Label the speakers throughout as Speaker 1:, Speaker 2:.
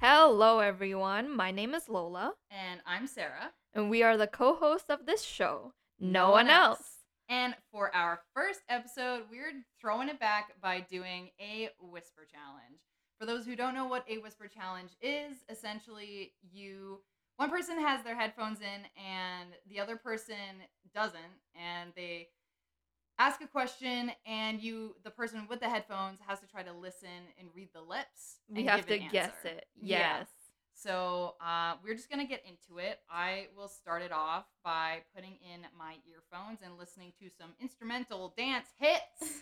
Speaker 1: Hello, everyone. My name is Lola,
Speaker 2: And I'm Sarah.
Speaker 1: and we are the co hosts of this show, No One Else.
Speaker 2: And for our first episode, we're throwing it back by doing a whisper challenge. For those who don't know what a whisper challenge is, essentially you one person has their headphones in and the other person doesn't and they ask a question and you the person with the headphones has to try to listen and read the lips
Speaker 1: We
Speaker 2: and
Speaker 1: have to
Speaker 2: give an
Speaker 1: guess
Speaker 2: answer.
Speaker 1: it.
Speaker 2: Yeah.
Speaker 1: Yes.
Speaker 2: So uh, we're just gonna get into it. I will start it off by putting in my earphones and listening to some instrumental dance hits,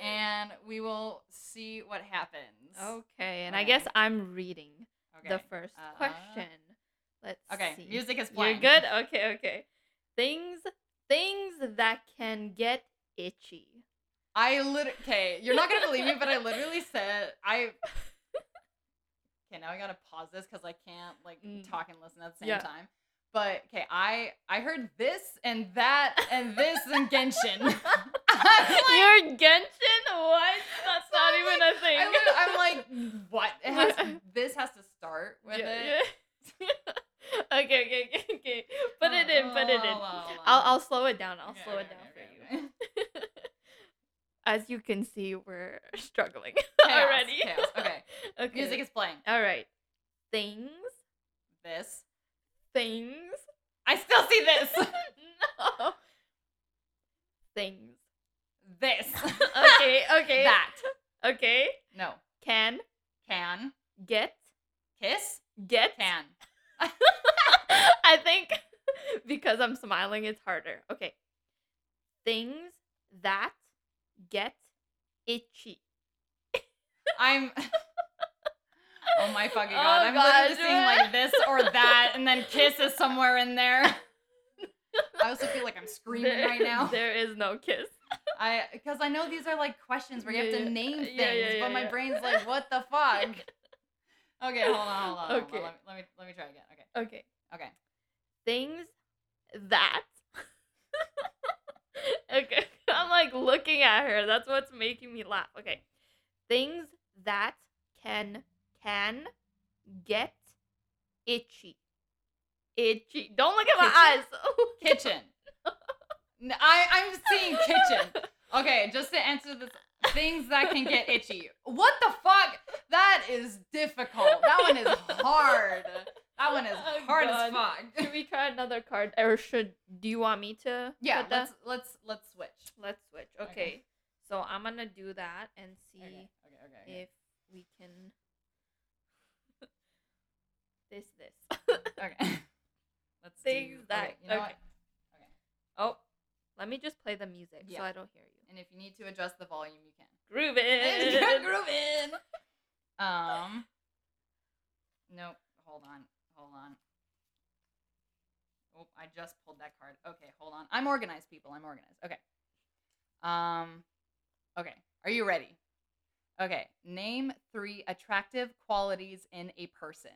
Speaker 2: and we will see what happens.
Speaker 1: Okay, and I
Speaker 2: Okay.
Speaker 1: guess I'm reading
Speaker 2: Okay.
Speaker 1: Oh, the first
Speaker 2: Uh,
Speaker 1: question. Let's
Speaker 2: okay.
Speaker 1: see.
Speaker 2: Music is
Speaker 1: You're
Speaker 2: playing.
Speaker 1: good? Okay, okay. Things things that can get itchy.
Speaker 2: I literally. Okay, you're not gonna believe me, but I literally said I. Okay, now I gotta pause this because I can't like
Speaker 1: Mm.
Speaker 2: talk and listen at the same
Speaker 1: Yeah.
Speaker 2: time. But okay, I I heard this and that and this and Genshin. I'm like,
Speaker 1: You're Genshin? What? That's
Speaker 2: So
Speaker 1: not
Speaker 2: I'm
Speaker 1: even a thing.
Speaker 2: I literally- I'm like, what? It has, this has to start with
Speaker 1: Yeah,
Speaker 2: it.
Speaker 1: yeah. okay, okay, okay, okay. Put it in, put it in.
Speaker 2: Oh, oh, oh, oh.
Speaker 1: I'll, I'll slow it down. I'll
Speaker 2: Okay,
Speaker 1: slow it
Speaker 2: okay,
Speaker 1: down
Speaker 2: okay,
Speaker 1: for
Speaker 2: okay,
Speaker 1: you. As you can see, we're struggling
Speaker 2: Chaos,
Speaker 1: already.
Speaker 2: chaos. Okay.
Speaker 1: Okay.
Speaker 2: Music is playing.
Speaker 1: All right. Things,
Speaker 2: This.
Speaker 1: things.
Speaker 2: I still see this.
Speaker 1: no. Things.
Speaker 2: this.
Speaker 1: Okay, okay.
Speaker 2: That.
Speaker 1: Okay.
Speaker 2: No.
Speaker 1: Can
Speaker 2: Can.
Speaker 1: get
Speaker 2: Kiss.
Speaker 1: get
Speaker 2: Can.
Speaker 1: I think because I'm smiling, it's harder. Okay. Things that get itchy.
Speaker 2: I'm. Oh my fucking
Speaker 1: Oh,
Speaker 2: god. I'm
Speaker 1: gosh.
Speaker 2: literally seeing like this or that, and then kiss is somewhere in there. I also feel like I'm screaming
Speaker 1: There-
Speaker 2: right now.
Speaker 1: There is no kiss.
Speaker 2: I because I know these are like questions where you
Speaker 1: Yeah,
Speaker 2: have
Speaker 1: yeah.
Speaker 2: to name
Speaker 1: Yeah,
Speaker 2: things,
Speaker 1: yeah, yeah,
Speaker 2: but my
Speaker 1: yeah.
Speaker 2: brain's like, what the fuck? okay, hold on, hold on. hold on,
Speaker 1: Okay.
Speaker 2: Let, me, let me let me try again. Okay.
Speaker 1: Okay.
Speaker 2: Okay.
Speaker 1: Things that. okay. I'm like looking at her. That's what's making me laugh. Okay. Things that can can get itchy. Itchy. Don't look at my eyes.
Speaker 2: Kitchen. N- I, I'm seeing kitchen. Okay, just to answer this things that can get itchy. What the fuck? That is difficult. That one is hard. That one is
Speaker 1: Oh,
Speaker 2: hard
Speaker 1: God.
Speaker 2: as fuck.
Speaker 1: Should we try another card, or should do you want me to?
Speaker 2: Yeah,
Speaker 1: put the-
Speaker 2: let's let's let's switch.
Speaker 1: let's switch. Okay.
Speaker 2: Okay.
Speaker 1: so I'm gonna do that and see
Speaker 2: Okay, okay, okay. okay.
Speaker 1: if we can. this this.
Speaker 2: Okay. Let's
Speaker 1: Things
Speaker 2: do,
Speaker 1: that-
Speaker 2: okay, you know
Speaker 1: okay.
Speaker 2: what?
Speaker 1: oh, let me just play the music so
Speaker 2: Yeah.
Speaker 1: I don't hear you.
Speaker 2: And if you need to adjust the volume, you can.
Speaker 1: Groove
Speaker 2: And
Speaker 1: it.
Speaker 2: you're grooving. Um. Nope. Hold on. Hold on. Oh, I just pulled that card. Okay, hold on. I'm organized, people. I'm organized. Okay. Um. Okay. Are you ready? Okay. Name three attractive qualities in a person.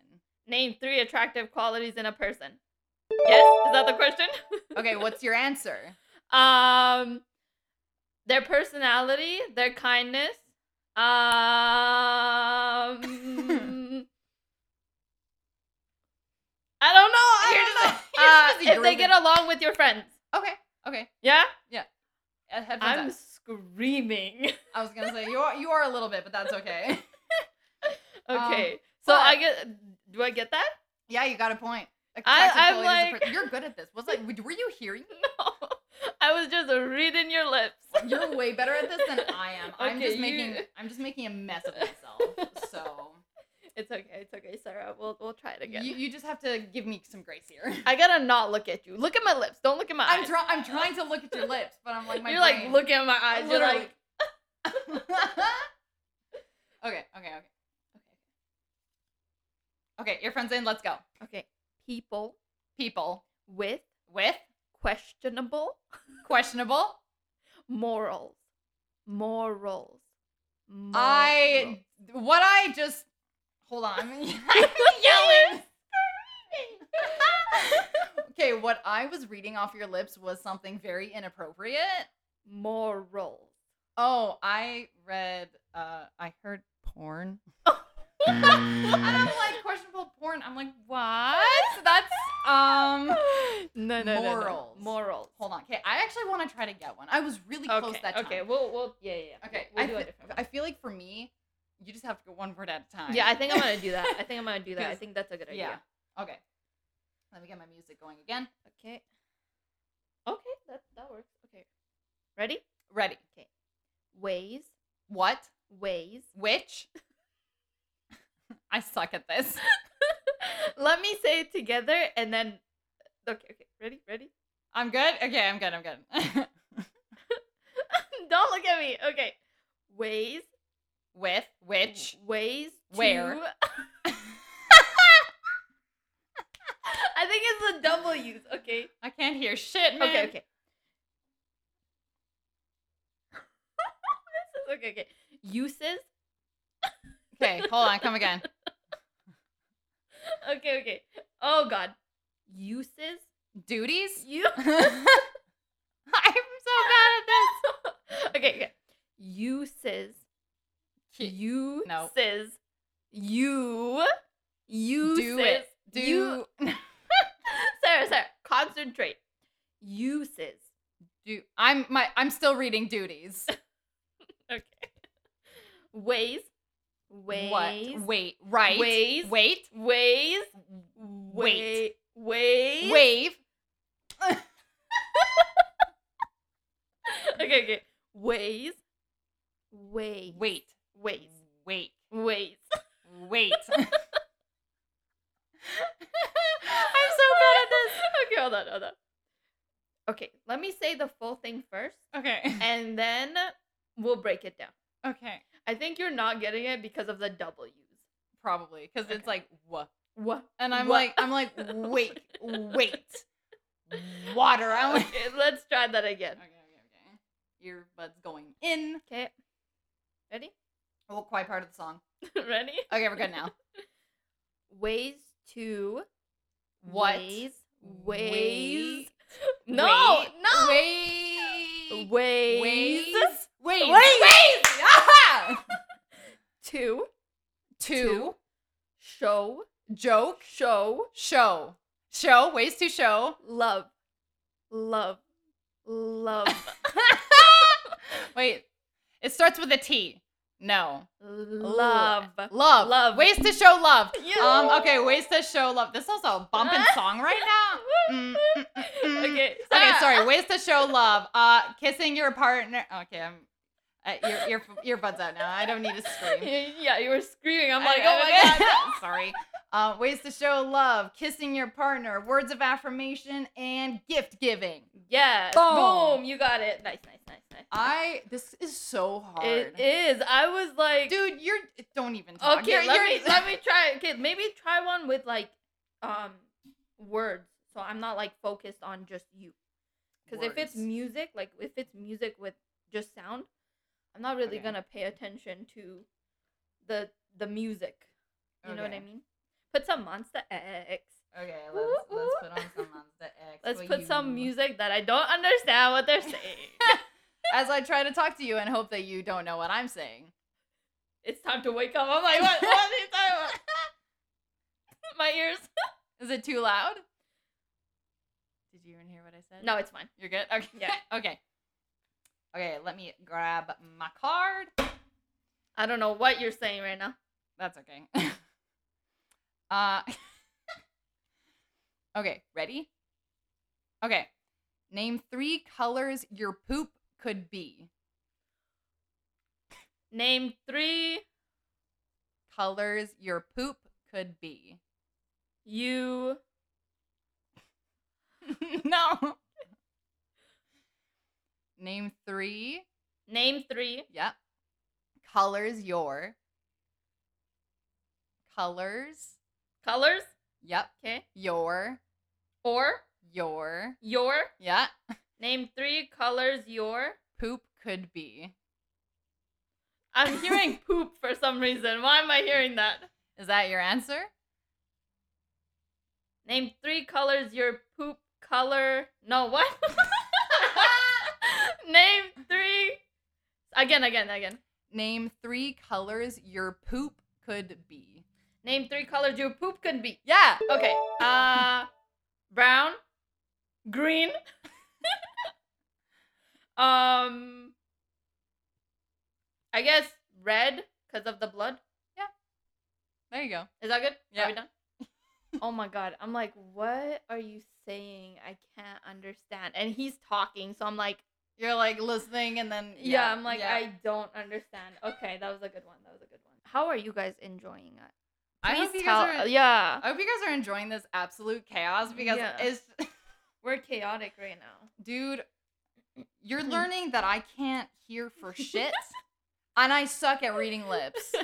Speaker 1: Name three attractive qualities in a person. Yes, is that the question?
Speaker 2: Okay. What's your answer?
Speaker 1: Um, their personality, their kindness. Um, I don't know. Oh, I
Speaker 2: You're
Speaker 1: don't
Speaker 2: just-
Speaker 1: know.
Speaker 2: you're
Speaker 1: Uh,
Speaker 2: just busy
Speaker 1: if they get
Speaker 2: grooving.
Speaker 1: along with your friends,
Speaker 2: Okay. Okay.
Speaker 1: yeah.
Speaker 2: Uh, Headphones
Speaker 1: I'm
Speaker 2: on.
Speaker 1: screaming.
Speaker 2: I was gonna say you are you are a little bit, but that's okay.
Speaker 1: okay,
Speaker 2: Um,
Speaker 1: so
Speaker 2: but-
Speaker 1: I get. Do I get that?
Speaker 2: yeah, you got a point.
Speaker 1: I-
Speaker 2: Attractive
Speaker 1: I'm
Speaker 2: qualities in a
Speaker 1: like-
Speaker 2: per- you're good at this. Was like, were you hearing me?
Speaker 1: No, I was just reading your lips.
Speaker 2: You're way better at this than I am. I'm
Speaker 1: Okay,
Speaker 2: just making
Speaker 1: you-
Speaker 2: I'm just making a mess of myself. So
Speaker 1: It's okay. It's okay, Sarah. We'll we'll try it again.
Speaker 2: you, you just have to give me some grace here.
Speaker 1: I gotta not look at you. Look at my lips. Don't look at my
Speaker 2: I'm
Speaker 1: eyes.
Speaker 2: try, I'm trying to look at your lips, but I'm like my
Speaker 1: you're like
Speaker 2: brain-
Speaker 1: looking at my eyes. You're
Speaker 2: Literally.
Speaker 1: like.
Speaker 2: okay, okay, okay. Okay, earphones in. Let's go.
Speaker 1: Okay. People,
Speaker 2: People,
Speaker 1: with
Speaker 2: with
Speaker 1: questionable
Speaker 2: questionable.
Speaker 1: morals. Morals.
Speaker 2: I what I just hold on. I'm yelling. okay, what I was reading off your lips was something very inappropriate.
Speaker 1: morals.
Speaker 2: Oh, I read. Uh, I heard porn. And I'm
Speaker 1: no,
Speaker 2: like questionable porn. I'm like, what? That's um.
Speaker 1: no, no, no.
Speaker 2: Morals.
Speaker 1: Morals.
Speaker 2: Hold on. Okay, I actually want to try to get one. I was really close
Speaker 1: okay,
Speaker 2: that time.
Speaker 1: okay, we'll, we'll, yeah, yeah. yeah.
Speaker 2: Okay.
Speaker 1: we'll
Speaker 2: I,
Speaker 1: do
Speaker 2: fe-
Speaker 1: a different one.
Speaker 2: I feel like for me, you just have to go one word at a time.
Speaker 1: Yeah, I think I'm gonna do that. I think I'm gonna do that. I
Speaker 2: 'Cause-
Speaker 1: think that's a good
Speaker 2: yeah.
Speaker 1: idea.
Speaker 2: Okay. Let me get my music going again.
Speaker 1: Okay. Okay, that that works. Okay. Ready?
Speaker 2: Ready.
Speaker 1: Ways,
Speaker 2: What?
Speaker 1: ways.
Speaker 2: Which? I suck at this.
Speaker 1: Let me say it together and then okay, okay. Ready? Ready?
Speaker 2: I'm good. Okay, I'm good. I'm good.
Speaker 1: Don't look at me. Okay. Ways.
Speaker 2: With which?
Speaker 1: Ways
Speaker 2: Where?
Speaker 1: to- I think it's the W's, okay?
Speaker 2: I can't hear shit, man.
Speaker 1: Okay, okay. this is okay, okay. Uses.
Speaker 2: Okay, hold on. Come again.
Speaker 1: Okay, okay. Oh god. Uses.
Speaker 2: Duties?
Speaker 1: You
Speaker 2: I'm so bad at this.
Speaker 1: okay, okay. Uses.
Speaker 2: Ki-
Speaker 1: You
Speaker 2: no.
Speaker 1: says you you
Speaker 2: Do
Speaker 1: says-
Speaker 2: it. Do.
Speaker 1: you- Sarah, Sarah, concentrate. Uses.
Speaker 2: do. I'm my. I'm still reading duties.
Speaker 1: Okay. Ways. Ways.
Speaker 2: What? Wait. Right.
Speaker 1: Ways.
Speaker 2: Wait.
Speaker 1: Ways.
Speaker 2: Wait.
Speaker 1: Wa- Ways.
Speaker 2: Wave.
Speaker 1: Okay, okay. Ways. Ways.
Speaker 2: Wait.
Speaker 1: Ways.
Speaker 2: Wait.
Speaker 1: Ways.
Speaker 2: Wait. I'm so
Speaker 1: bad
Speaker 2: bad
Speaker 1: at this. Okay, hold on, hold on. Okay, let me say the full thing first,
Speaker 2: at this. Okay.
Speaker 1: and then we'll break it down.
Speaker 2: Okay.
Speaker 1: I think you're not getting it because of the W's.
Speaker 2: Probably because it's
Speaker 1: Okay.
Speaker 2: like what,
Speaker 1: What?
Speaker 2: and I'm
Speaker 1: What?
Speaker 2: like I'm like wait, wait, water. I'm like,
Speaker 1: Okay, let's try that again.
Speaker 2: okay, okay, okay. Earbuds going in.
Speaker 1: Okay. Ready?
Speaker 2: Oh, quite part of the song.
Speaker 1: Ready?
Speaker 2: Okay, we're good now.
Speaker 1: Ways to
Speaker 2: What?
Speaker 1: Ways. Ways.
Speaker 2: Wait.
Speaker 1: No,
Speaker 2: Wait.
Speaker 1: no.
Speaker 2: Wait.
Speaker 1: Ways.
Speaker 2: Wait.
Speaker 1: Ways.
Speaker 2: Ah!
Speaker 1: To
Speaker 2: To
Speaker 1: show
Speaker 2: joke.
Speaker 1: show
Speaker 2: Show. Show. Ways to show.
Speaker 1: love love love
Speaker 2: Wait. It starts with a T. No.
Speaker 1: love
Speaker 2: Love.
Speaker 1: Love.
Speaker 2: Ways to show love.
Speaker 1: You-
Speaker 2: Um, okay, ways to show love. This is a bumping song right now. Mm, mm, mm,
Speaker 1: okay
Speaker 2: mm. Okay,
Speaker 1: Sarah.
Speaker 2: sorry. Ways to show love. Uh, kissing your partner. Okay, I'm. Uh, your your earbuds out now. I don't need to scream.
Speaker 1: Y- yeah you were screaming i'm like
Speaker 2: I-
Speaker 1: oh my
Speaker 2: I-
Speaker 1: god
Speaker 2: sorry. Uh, ways to show love, kissing your partner, words of affirmation, and gift giving.
Speaker 1: yes
Speaker 2: Boom.
Speaker 1: boom you got it nice nice nice nice
Speaker 2: I. This is so hard.
Speaker 1: it is i was like
Speaker 2: Dude, you're. Don't even talk.
Speaker 1: okay
Speaker 2: You're-
Speaker 1: let
Speaker 2: you're-
Speaker 1: me let me try okay maybe try one with like um words so i'm not like focused on just you Because if it's
Speaker 2: Words.
Speaker 1: music, like if it's music with just sound, I'm not really
Speaker 2: Okay.
Speaker 1: gonna pay attention to the the music. You know what I
Speaker 2: Okay.
Speaker 1: mean? Put some Monster X.
Speaker 2: Okay, let's,
Speaker 1: Ooh,
Speaker 2: let's
Speaker 1: ooh.
Speaker 2: put on some Monster X.
Speaker 1: Let's
Speaker 2: for
Speaker 1: put some
Speaker 2: you.
Speaker 1: music that I don't understand what they're saying.
Speaker 2: As I try to talk to you and hope that you don't know what I'm saying.
Speaker 1: it's time to wake up. I'm like, what? what are they talking about? My ears.
Speaker 2: Is it too loud? Did you even hear what I said?
Speaker 1: No, it's fine.
Speaker 2: You're good? Okay.
Speaker 1: Yeah.
Speaker 2: okay. Okay, let me grab my card.
Speaker 1: I don't know what you're saying right now.
Speaker 2: That's okay. uh Okay, ready? Okay. Name three colors your poop could be.
Speaker 1: Name three.
Speaker 2: Colors your poop could be.
Speaker 1: You.
Speaker 2: no. Name three.
Speaker 1: Name three.
Speaker 2: Yep. Colors your. Colors.
Speaker 1: Colors.
Speaker 2: Yep.
Speaker 1: Okay.
Speaker 2: Your.
Speaker 1: Or.
Speaker 2: your
Speaker 1: Your
Speaker 2: yeah
Speaker 1: name three colors. Your
Speaker 2: poop could be.
Speaker 1: I'm hearing poop for some reason. Why am I hearing that?
Speaker 2: Is that your answer?
Speaker 1: Name three colors. Your poop color. No what? Name three. Again, again, again.
Speaker 2: Name three colors your poop could be.
Speaker 1: Name three colors your poop can be.
Speaker 2: Yeah.
Speaker 1: Okay. Uh, brown, green. um, I guess red because of the blood.
Speaker 2: There you go.
Speaker 1: Is that good?
Speaker 2: Yeah.
Speaker 1: Are we done? oh my god. I'm like, what are you saying? I can't understand. And he's talking, so I'm like,
Speaker 2: You're like listening and then
Speaker 1: yeah, I'm like,
Speaker 2: yeah.
Speaker 1: I don't understand. Okay, that was a good one. That was a good one. How are you guys enjoying it?
Speaker 2: I hope
Speaker 1: Please
Speaker 2: you guys
Speaker 1: tell-
Speaker 2: are-
Speaker 1: yeah.
Speaker 2: I hope you guys are enjoying this absolute chaos because
Speaker 1: Yeah.
Speaker 2: it's
Speaker 1: We're chaotic right now.
Speaker 2: dude, you're
Speaker 1: Mm.
Speaker 2: learning that I can't hear for shit and I suck at reading lips.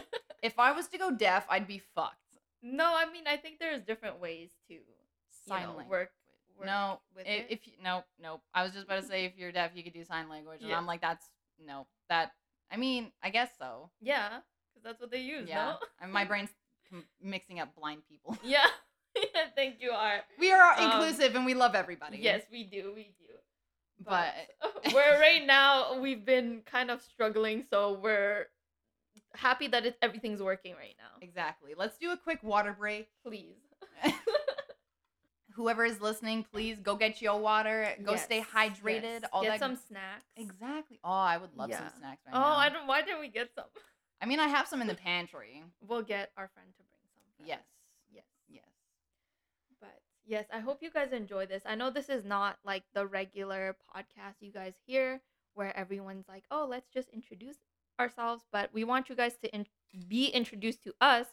Speaker 2: If I was to go deaf, I'd be fucked.
Speaker 1: No, I mean, I think there's different ways to you know,
Speaker 2: Sign language.
Speaker 1: work, work.
Speaker 2: no,
Speaker 1: with
Speaker 2: if,
Speaker 1: it.
Speaker 2: if you, nope, nope. I was just about to say if you're deaf, you could do sign language, and
Speaker 1: Yeah.
Speaker 2: I'm like, that's nope. That I mean, I guess so.
Speaker 1: Yeah, because that's what they use.
Speaker 2: Yeah,
Speaker 1: No?
Speaker 2: and my brain's com- mixing up blind people.
Speaker 1: Yeah. I think you are.
Speaker 2: We are
Speaker 1: Um,
Speaker 2: inclusive and we love everybody.
Speaker 1: Yes, we do. We do.
Speaker 2: but
Speaker 1: we're right now we've been kind of struggling so we're happy that it, everything's working right now
Speaker 2: exactly. Let's do a quick water break.
Speaker 1: please
Speaker 2: Whoever is listening, please go get your water. Go stay
Speaker 1: Yes,
Speaker 2: hydrated.
Speaker 1: yes.
Speaker 2: All
Speaker 1: get
Speaker 2: that.
Speaker 1: some snacks
Speaker 2: exactly. Oh, I would love some
Speaker 1: Yeah.
Speaker 2: snacks right
Speaker 1: oh
Speaker 2: now.
Speaker 1: i don't why didn't we get some
Speaker 2: I mean, I have some in the pantry.
Speaker 1: we'll get our friend to bring some for us.
Speaker 2: Yes.
Speaker 1: yes
Speaker 2: Yes.
Speaker 1: but yes i hope you guys enjoy this i know this is not like the regular podcast you guys hear where everyone's like oh let's just introduce ourselves but we want you guys to in- be introduced to us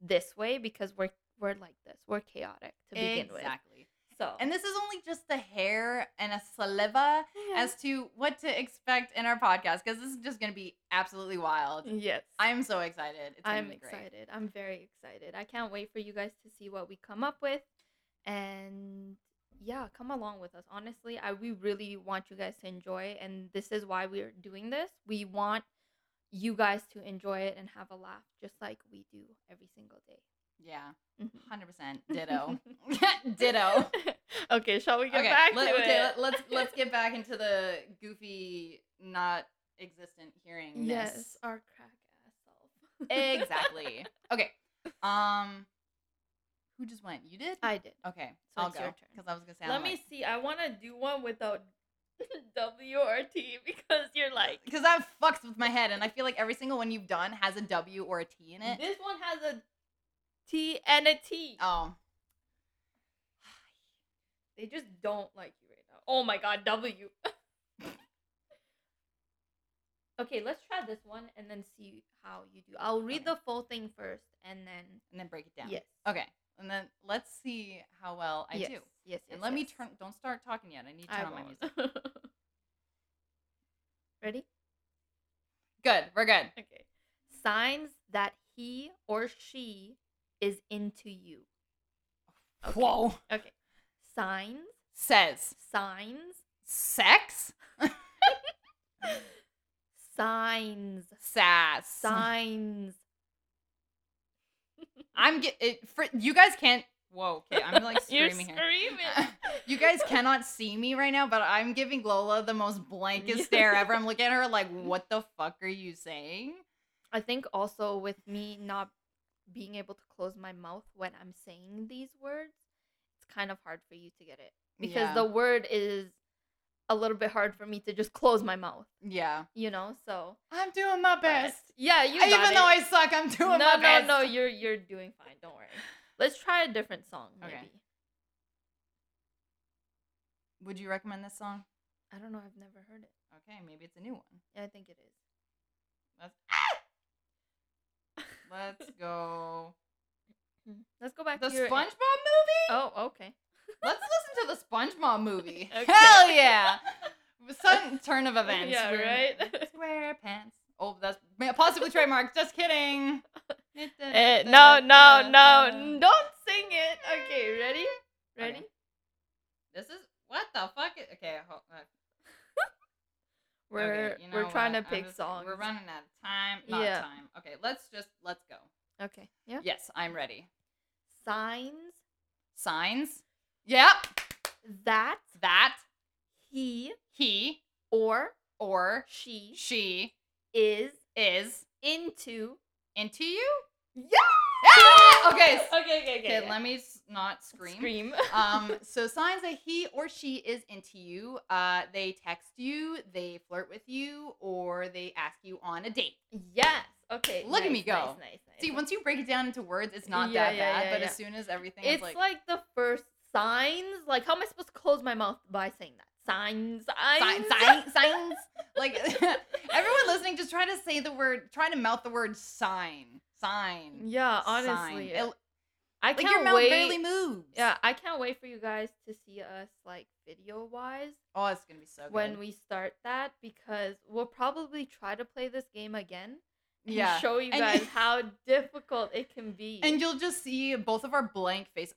Speaker 1: this way because we're we're like this we're chaotic to begin with
Speaker 2: exactly.
Speaker 1: so
Speaker 2: And this is only just the hair and a saliva as to what to expect in our podcast because this is just going to be absolutely wild.
Speaker 1: yes
Speaker 2: I'm so excited. It's gonna
Speaker 1: Mm. i'm
Speaker 2: be great.
Speaker 1: excited i'm very excited i can't wait for you guys to see what we come up with and yeah come along with us honestly i we really want you guys to enjoy and this is why we're doing this we want you guys to enjoy it and have a laugh just like we do every single day
Speaker 2: Yeah,
Speaker 1: Mhm.
Speaker 2: 100% ditto. ditto.
Speaker 1: okay shall we get
Speaker 2: okay,
Speaker 1: back
Speaker 2: let,
Speaker 1: to
Speaker 2: okay,
Speaker 1: it
Speaker 2: Let, let's let's get back into the goofy not existent hearing.
Speaker 1: yes our crack ass self
Speaker 2: Exactly. okay. Um who just went? You did?
Speaker 1: i did
Speaker 2: okay.
Speaker 1: So
Speaker 2: I'll
Speaker 1: it's
Speaker 2: go
Speaker 1: your turn.
Speaker 2: cuz I was going to say
Speaker 1: Let me see. I want to do one without W or T because you're like
Speaker 2: cuz that fucks with my head and I feel like every single one you've done has a W or a T in it.
Speaker 1: this one has a T and a T.
Speaker 2: Oh.
Speaker 1: They just don't like you right now. Oh my god, W. okay, let's try this one and then see how you do. I'll read
Speaker 2: Okay.
Speaker 1: the full thing first and then
Speaker 2: And then break it down.
Speaker 1: yes.
Speaker 2: Okay. And then let's see how well I
Speaker 1: yes.
Speaker 2: do.
Speaker 1: Yes. yes,
Speaker 2: And let me
Speaker 1: yes.
Speaker 2: turn don't start talking yet. I need to turn
Speaker 1: I
Speaker 2: on my
Speaker 1: won't.
Speaker 2: music.
Speaker 1: Ready?
Speaker 2: Good. We're good.
Speaker 1: Okay. Signs that he or she is into you. Okay.
Speaker 2: Whoa.
Speaker 1: Okay. Signs,
Speaker 2: Says
Speaker 1: signs,
Speaker 2: sex
Speaker 1: signs,
Speaker 2: sass.
Speaker 1: signs.
Speaker 2: I'm get it for you guys can't. Whoa, okay, I'm like screaming here.
Speaker 1: screaming.
Speaker 2: You guys cannot see me right now, but I'm giving Lola the most blankest stare ever. I'm looking at her like, what the fuck are you saying?
Speaker 1: I think also with me not being able to close my mouth when I'm saying these words, it's kind of hard for you to get it because
Speaker 2: yeah.
Speaker 1: the word is a little bit hard for me to just close my mouth,
Speaker 2: yeah,
Speaker 1: you know. So
Speaker 2: I'm doing my
Speaker 1: but-
Speaker 2: best.
Speaker 1: Yeah, you.
Speaker 2: Even
Speaker 1: got
Speaker 2: though
Speaker 1: it.
Speaker 2: I suck, I'm
Speaker 1: no,
Speaker 2: doing my
Speaker 1: no,
Speaker 2: best.
Speaker 1: no. You're you're doing fine. Don't worry. Let's try a different song. Maybe.
Speaker 2: Okay. Would you recommend this song?
Speaker 1: I don't know. I've never heard it.
Speaker 2: Okay, maybe it's a new one.
Speaker 1: I think it is.
Speaker 2: Let's, let's go.
Speaker 1: Hmm. Let's go back
Speaker 2: The
Speaker 1: to your
Speaker 2: SpongeBob movie?
Speaker 1: Oh, okay.
Speaker 2: Let's listen to the SpongeBob movie.
Speaker 1: Okay.
Speaker 2: Hell yeah! Sudden turn of events.
Speaker 1: Yeah,
Speaker 2: We're-
Speaker 1: right?
Speaker 2: SquarePants. Oh, that's ma- possibly trademark. Just kidding.
Speaker 1: Eh, no, no, no. n- Don't sing it. Okay, ready? Ready?
Speaker 2: Okay. This is what the fuck? Is, okay, hold, uh, okay,
Speaker 1: We're
Speaker 2: you
Speaker 1: we're
Speaker 2: know
Speaker 1: trying
Speaker 2: what?
Speaker 1: to
Speaker 2: I'm
Speaker 1: pick
Speaker 2: just-
Speaker 1: songs.
Speaker 2: We're running out of time. Not
Speaker 1: Yeah.
Speaker 2: time. Okay, let's just let's go.
Speaker 1: Okay. Yeah.
Speaker 2: Yes, I'm ready.
Speaker 1: Signs
Speaker 2: Signs. Yep.
Speaker 1: that
Speaker 2: That
Speaker 1: he
Speaker 2: he
Speaker 1: or
Speaker 2: or
Speaker 1: she
Speaker 2: she
Speaker 1: is
Speaker 2: is
Speaker 1: into.
Speaker 2: into you.
Speaker 1: Yeah.
Speaker 2: Ah! Okay. s-
Speaker 1: Okay. Okay.
Speaker 2: Okay.
Speaker 1: yeah.
Speaker 2: Let me s- not scream.
Speaker 1: Scream.
Speaker 2: um, so signs that he or she is into you. Uh, they text you, they flirt with you, or they ask you on a date.
Speaker 1: yes. Okay.
Speaker 2: Look at me
Speaker 1: nice, nice,
Speaker 2: go.
Speaker 1: nice, nice,
Speaker 2: See,
Speaker 1: nice.
Speaker 2: once you break it down into words, it's not
Speaker 1: Yeah,
Speaker 2: that
Speaker 1: yeah,
Speaker 2: bad.
Speaker 1: yeah,
Speaker 2: but
Speaker 1: yeah.
Speaker 2: as soon as everything
Speaker 1: it's
Speaker 2: is like,
Speaker 1: like, the first signs. Like, how am I supposed to close my mouth by saying that? Signs. Signs.
Speaker 2: signs, signs, signs, like everyone listening, just try to say the word, try to mouth the word sign, sign,
Speaker 1: Yeah.
Speaker 2: sign.
Speaker 1: Honestly,
Speaker 2: It-
Speaker 1: I
Speaker 2: like
Speaker 1: can't
Speaker 2: your mouth
Speaker 1: wait.
Speaker 2: barely moves.
Speaker 1: Yeah, I can't wait for you guys to see us like video wise
Speaker 2: Oh, it's gonna be so good.
Speaker 1: when we start that because we'll probably try to play this game again and
Speaker 2: yeah.
Speaker 1: show you
Speaker 2: And-
Speaker 1: guys how difficult it can be.
Speaker 2: And you'll just see both of our blank face,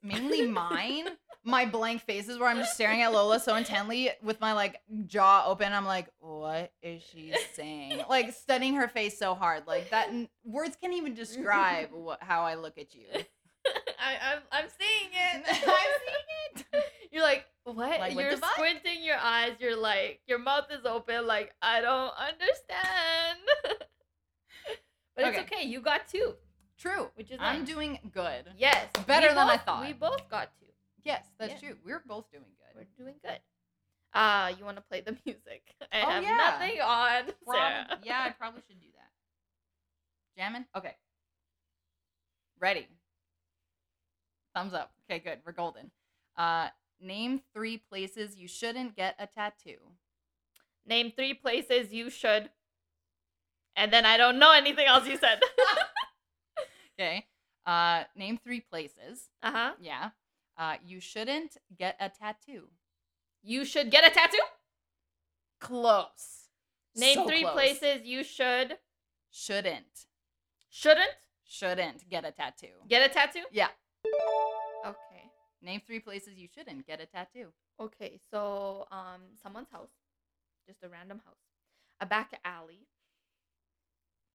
Speaker 2: mainly mine. my blank faces where I'm just staring at Lola so intently with my like jaw open. I'm like, what is she saying? Like studying her face so hard, like that. n- Words can't even describe what, how I look at you.
Speaker 1: I, I'm I'm seeing
Speaker 2: I'm
Speaker 1: it.
Speaker 2: seeing it.
Speaker 1: You're like what?
Speaker 2: Like, what
Speaker 1: you're
Speaker 2: the fuck?
Speaker 1: squinting your eyes. You're like your mouth is open. Like I don't understand. but it's
Speaker 2: Okay.
Speaker 1: okay. You got two,
Speaker 2: True.
Speaker 1: which is
Speaker 2: I'm
Speaker 1: nice.
Speaker 2: doing good.
Speaker 1: yes
Speaker 2: better
Speaker 1: we
Speaker 2: than I
Speaker 1: both-
Speaker 2: thought.
Speaker 1: We both got two.
Speaker 2: Yes, that's
Speaker 1: Yeah.
Speaker 2: true. We're both doing good.
Speaker 1: We're doing good. Uh, you want to play the music? I
Speaker 2: Oh,
Speaker 1: have
Speaker 2: yeah.
Speaker 1: nothing on.
Speaker 2: Prob-
Speaker 1: Sarah.
Speaker 2: yeah, I probably should do that. Jamming? Okay. Ready. Thumbs up. Okay, good. We're golden. Uh, name three places you shouldn't get a tattoo.
Speaker 1: Name three places you should. And then I don't know anything else you said.
Speaker 2: Okay. Uh, name three places.
Speaker 1: uh huh.
Speaker 2: Yeah. Uh, you shouldn't get a tattoo.
Speaker 1: You should get a tattoo.
Speaker 2: Close.
Speaker 1: Name
Speaker 2: So
Speaker 1: three
Speaker 2: close.
Speaker 1: places you should
Speaker 2: Shouldn't.
Speaker 1: shouldn't
Speaker 2: Shouldn't get a tattoo.
Speaker 1: get a tattoo.
Speaker 2: Yeah.
Speaker 1: Okay.
Speaker 2: Name three places you shouldn't get a tattoo.
Speaker 1: Okay. So um, someone's house, just a random house, a back alley,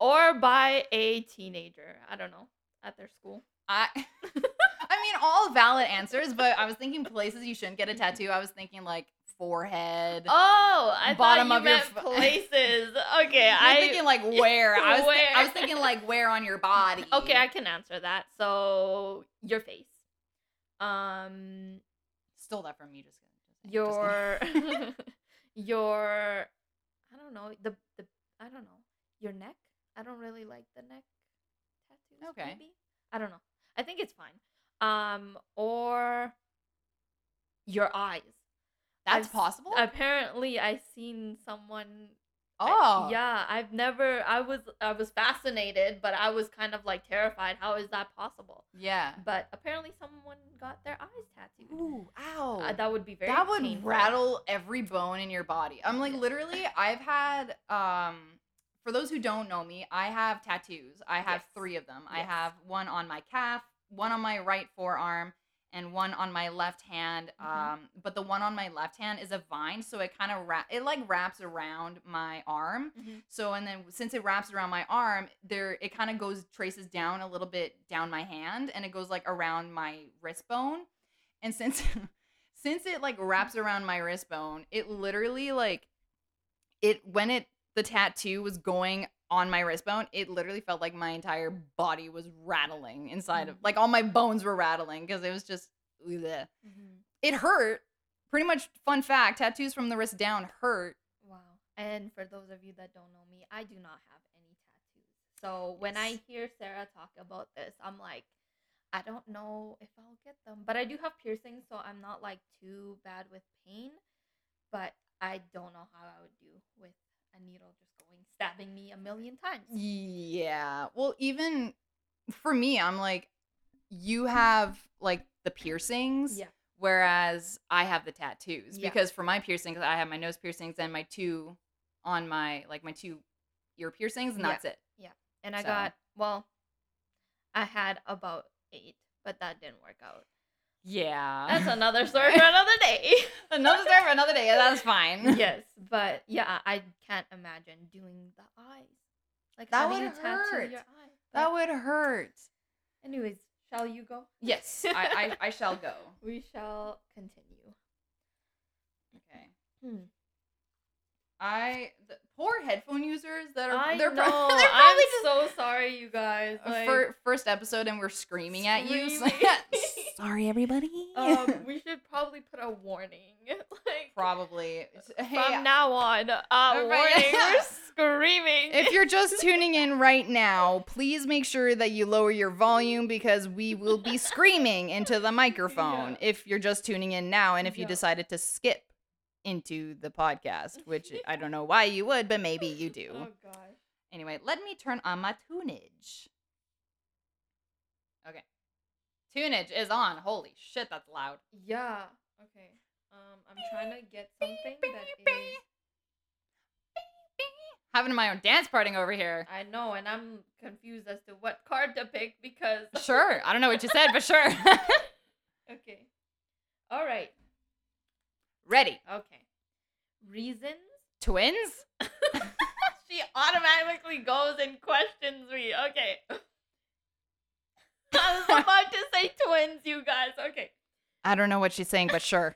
Speaker 1: or by a teenager. I don't know at their school.
Speaker 2: I I mean all valid answers, but I was thinking places you shouldn't get a tattoo. I was thinking like forehead.
Speaker 1: Oh, I
Speaker 2: bottom
Speaker 1: thought
Speaker 2: of
Speaker 1: you
Speaker 2: your
Speaker 1: meant
Speaker 2: fo-
Speaker 1: places. Okay,
Speaker 2: You're
Speaker 1: I
Speaker 2: thinking like where. I was thi-
Speaker 1: Where?
Speaker 2: I was thinking like where on your body.
Speaker 1: okay, I can answer that. So your face, um,
Speaker 2: stole that from you just just-
Speaker 1: your,
Speaker 2: just kidding.
Speaker 1: your, I don't know the the I don't know your neck. I don't really like the neck tattoos.
Speaker 2: Okay.
Speaker 1: maybe? I don't know. I think it's fine. Um, or your eyes.
Speaker 2: That's
Speaker 1: I've-
Speaker 2: possible?
Speaker 1: Apparently, I seen someone I-
Speaker 2: oh.
Speaker 1: yeah i've never i was i was fascinated but i was kind of like terrified how is that possible
Speaker 2: Yeah.
Speaker 1: but apparently someone got their eyes tattooed
Speaker 2: Ooh, ow.
Speaker 1: Uh, that would be very
Speaker 2: that would
Speaker 1: painful.
Speaker 2: rattle every bone in your body. I'm like
Speaker 1: Yeah.
Speaker 2: literally I've had um for those who don't know me, I have tattoos. I have
Speaker 1: Yes.
Speaker 2: 3 of them. I
Speaker 1: Yes.
Speaker 2: have one on my calf, one on my right forearm, and one on my left hand.
Speaker 1: Mhm.
Speaker 2: Um but the one on my left hand is a vine, so it kind of wrap it like wraps around my arm.
Speaker 1: Mhm.
Speaker 2: So and then since it wraps around my arm, there it kind of goes traces down a little bit down my hand and it goes like around my wrist bone. And since since it like wraps around my wrist bone, it literally like it when it the tattoo was going on my wrist bone, it literally felt like my entire body was rattling inside of
Speaker 1: Mm.
Speaker 2: like all my bones were rattling because it was just bleh.
Speaker 1: Mhm.
Speaker 2: it hurt. Pretty much fun fact, tattoos from the wrist down hurt.
Speaker 1: wow and for those of you that don't know me i do not have any tattoos so when i hear sarah talk about this i'm like i don't know if i'll get them but i do have piercings so i'm not like too bad with pain but i don't know how i would do with a needle just going stabbing me a million times
Speaker 2: Yeah. Well, even for me, I'm like, you have like the piercings.
Speaker 1: Yeah.
Speaker 2: Whereas I have the tattoos
Speaker 1: Yeah.
Speaker 2: because for my piercings, I have my nose piercings and my two on my like my two ear piercings, and
Speaker 1: Yeah.
Speaker 2: that's it.
Speaker 1: and I
Speaker 2: So-
Speaker 1: got well, I had about eight, but that didn't work out.
Speaker 2: Yeah.
Speaker 1: That's another story for another day.
Speaker 2: another story for another day. That's fine.
Speaker 1: yes, but yeah, I can't imagine doing the eyes. Like
Speaker 2: That
Speaker 1: having
Speaker 2: would
Speaker 1: a tattoo of
Speaker 2: hurt.
Speaker 1: Your eye.
Speaker 2: That would hurt.
Speaker 1: Anyways, shall you go?
Speaker 2: Yes, I, I, I shall go.
Speaker 1: We shall continue.
Speaker 2: Okay.
Speaker 1: Hmm.
Speaker 2: I the poor headphone users that are
Speaker 1: I
Speaker 2: they're,
Speaker 1: know.
Speaker 2: pro- they're
Speaker 1: I'm
Speaker 2: probably just Uh,
Speaker 1: so sorry, you guys. Like,
Speaker 2: Fir- first episode and we're screaming at you. so-
Speaker 1: Screaming.
Speaker 2: Sorry, everybody.
Speaker 1: um, we should probably put a warning. like
Speaker 2: Probably. Hey,
Speaker 1: from now on, uh, warning.
Speaker 2: Right.
Speaker 1: We're screaming.
Speaker 2: if you're just tuning in right now, please make sure that you lower your volume because we will be screaming into the microphone
Speaker 1: Yeah.
Speaker 2: if you're just tuning in now and if you
Speaker 1: Yeah.
Speaker 2: decided to skip into the podcast, which I don't know why you would, but maybe you do.
Speaker 1: Oh gosh.
Speaker 2: Anyway, let me turn on my tunage. Okay. Tunage is on. Holy shit, that's loud.
Speaker 1: Yeah. Okay. Um, I'm trying to get something that is.
Speaker 2: Having my own dance parting over here.
Speaker 1: I know, and I'm confused as to what card to pick because.
Speaker 2: Sure. I don't know what you said, but sure.
Speaker 1: Okay. All right.
Speaker 2: Ready.
Speaker 1: Okay. Reasons.
Speaker 2: Twins?
Speaker 1: She automatically goes and questions me. Okay. I was about to say twins, you guys. Okay.
Speaker 2: I don't know what she's saying, but sure.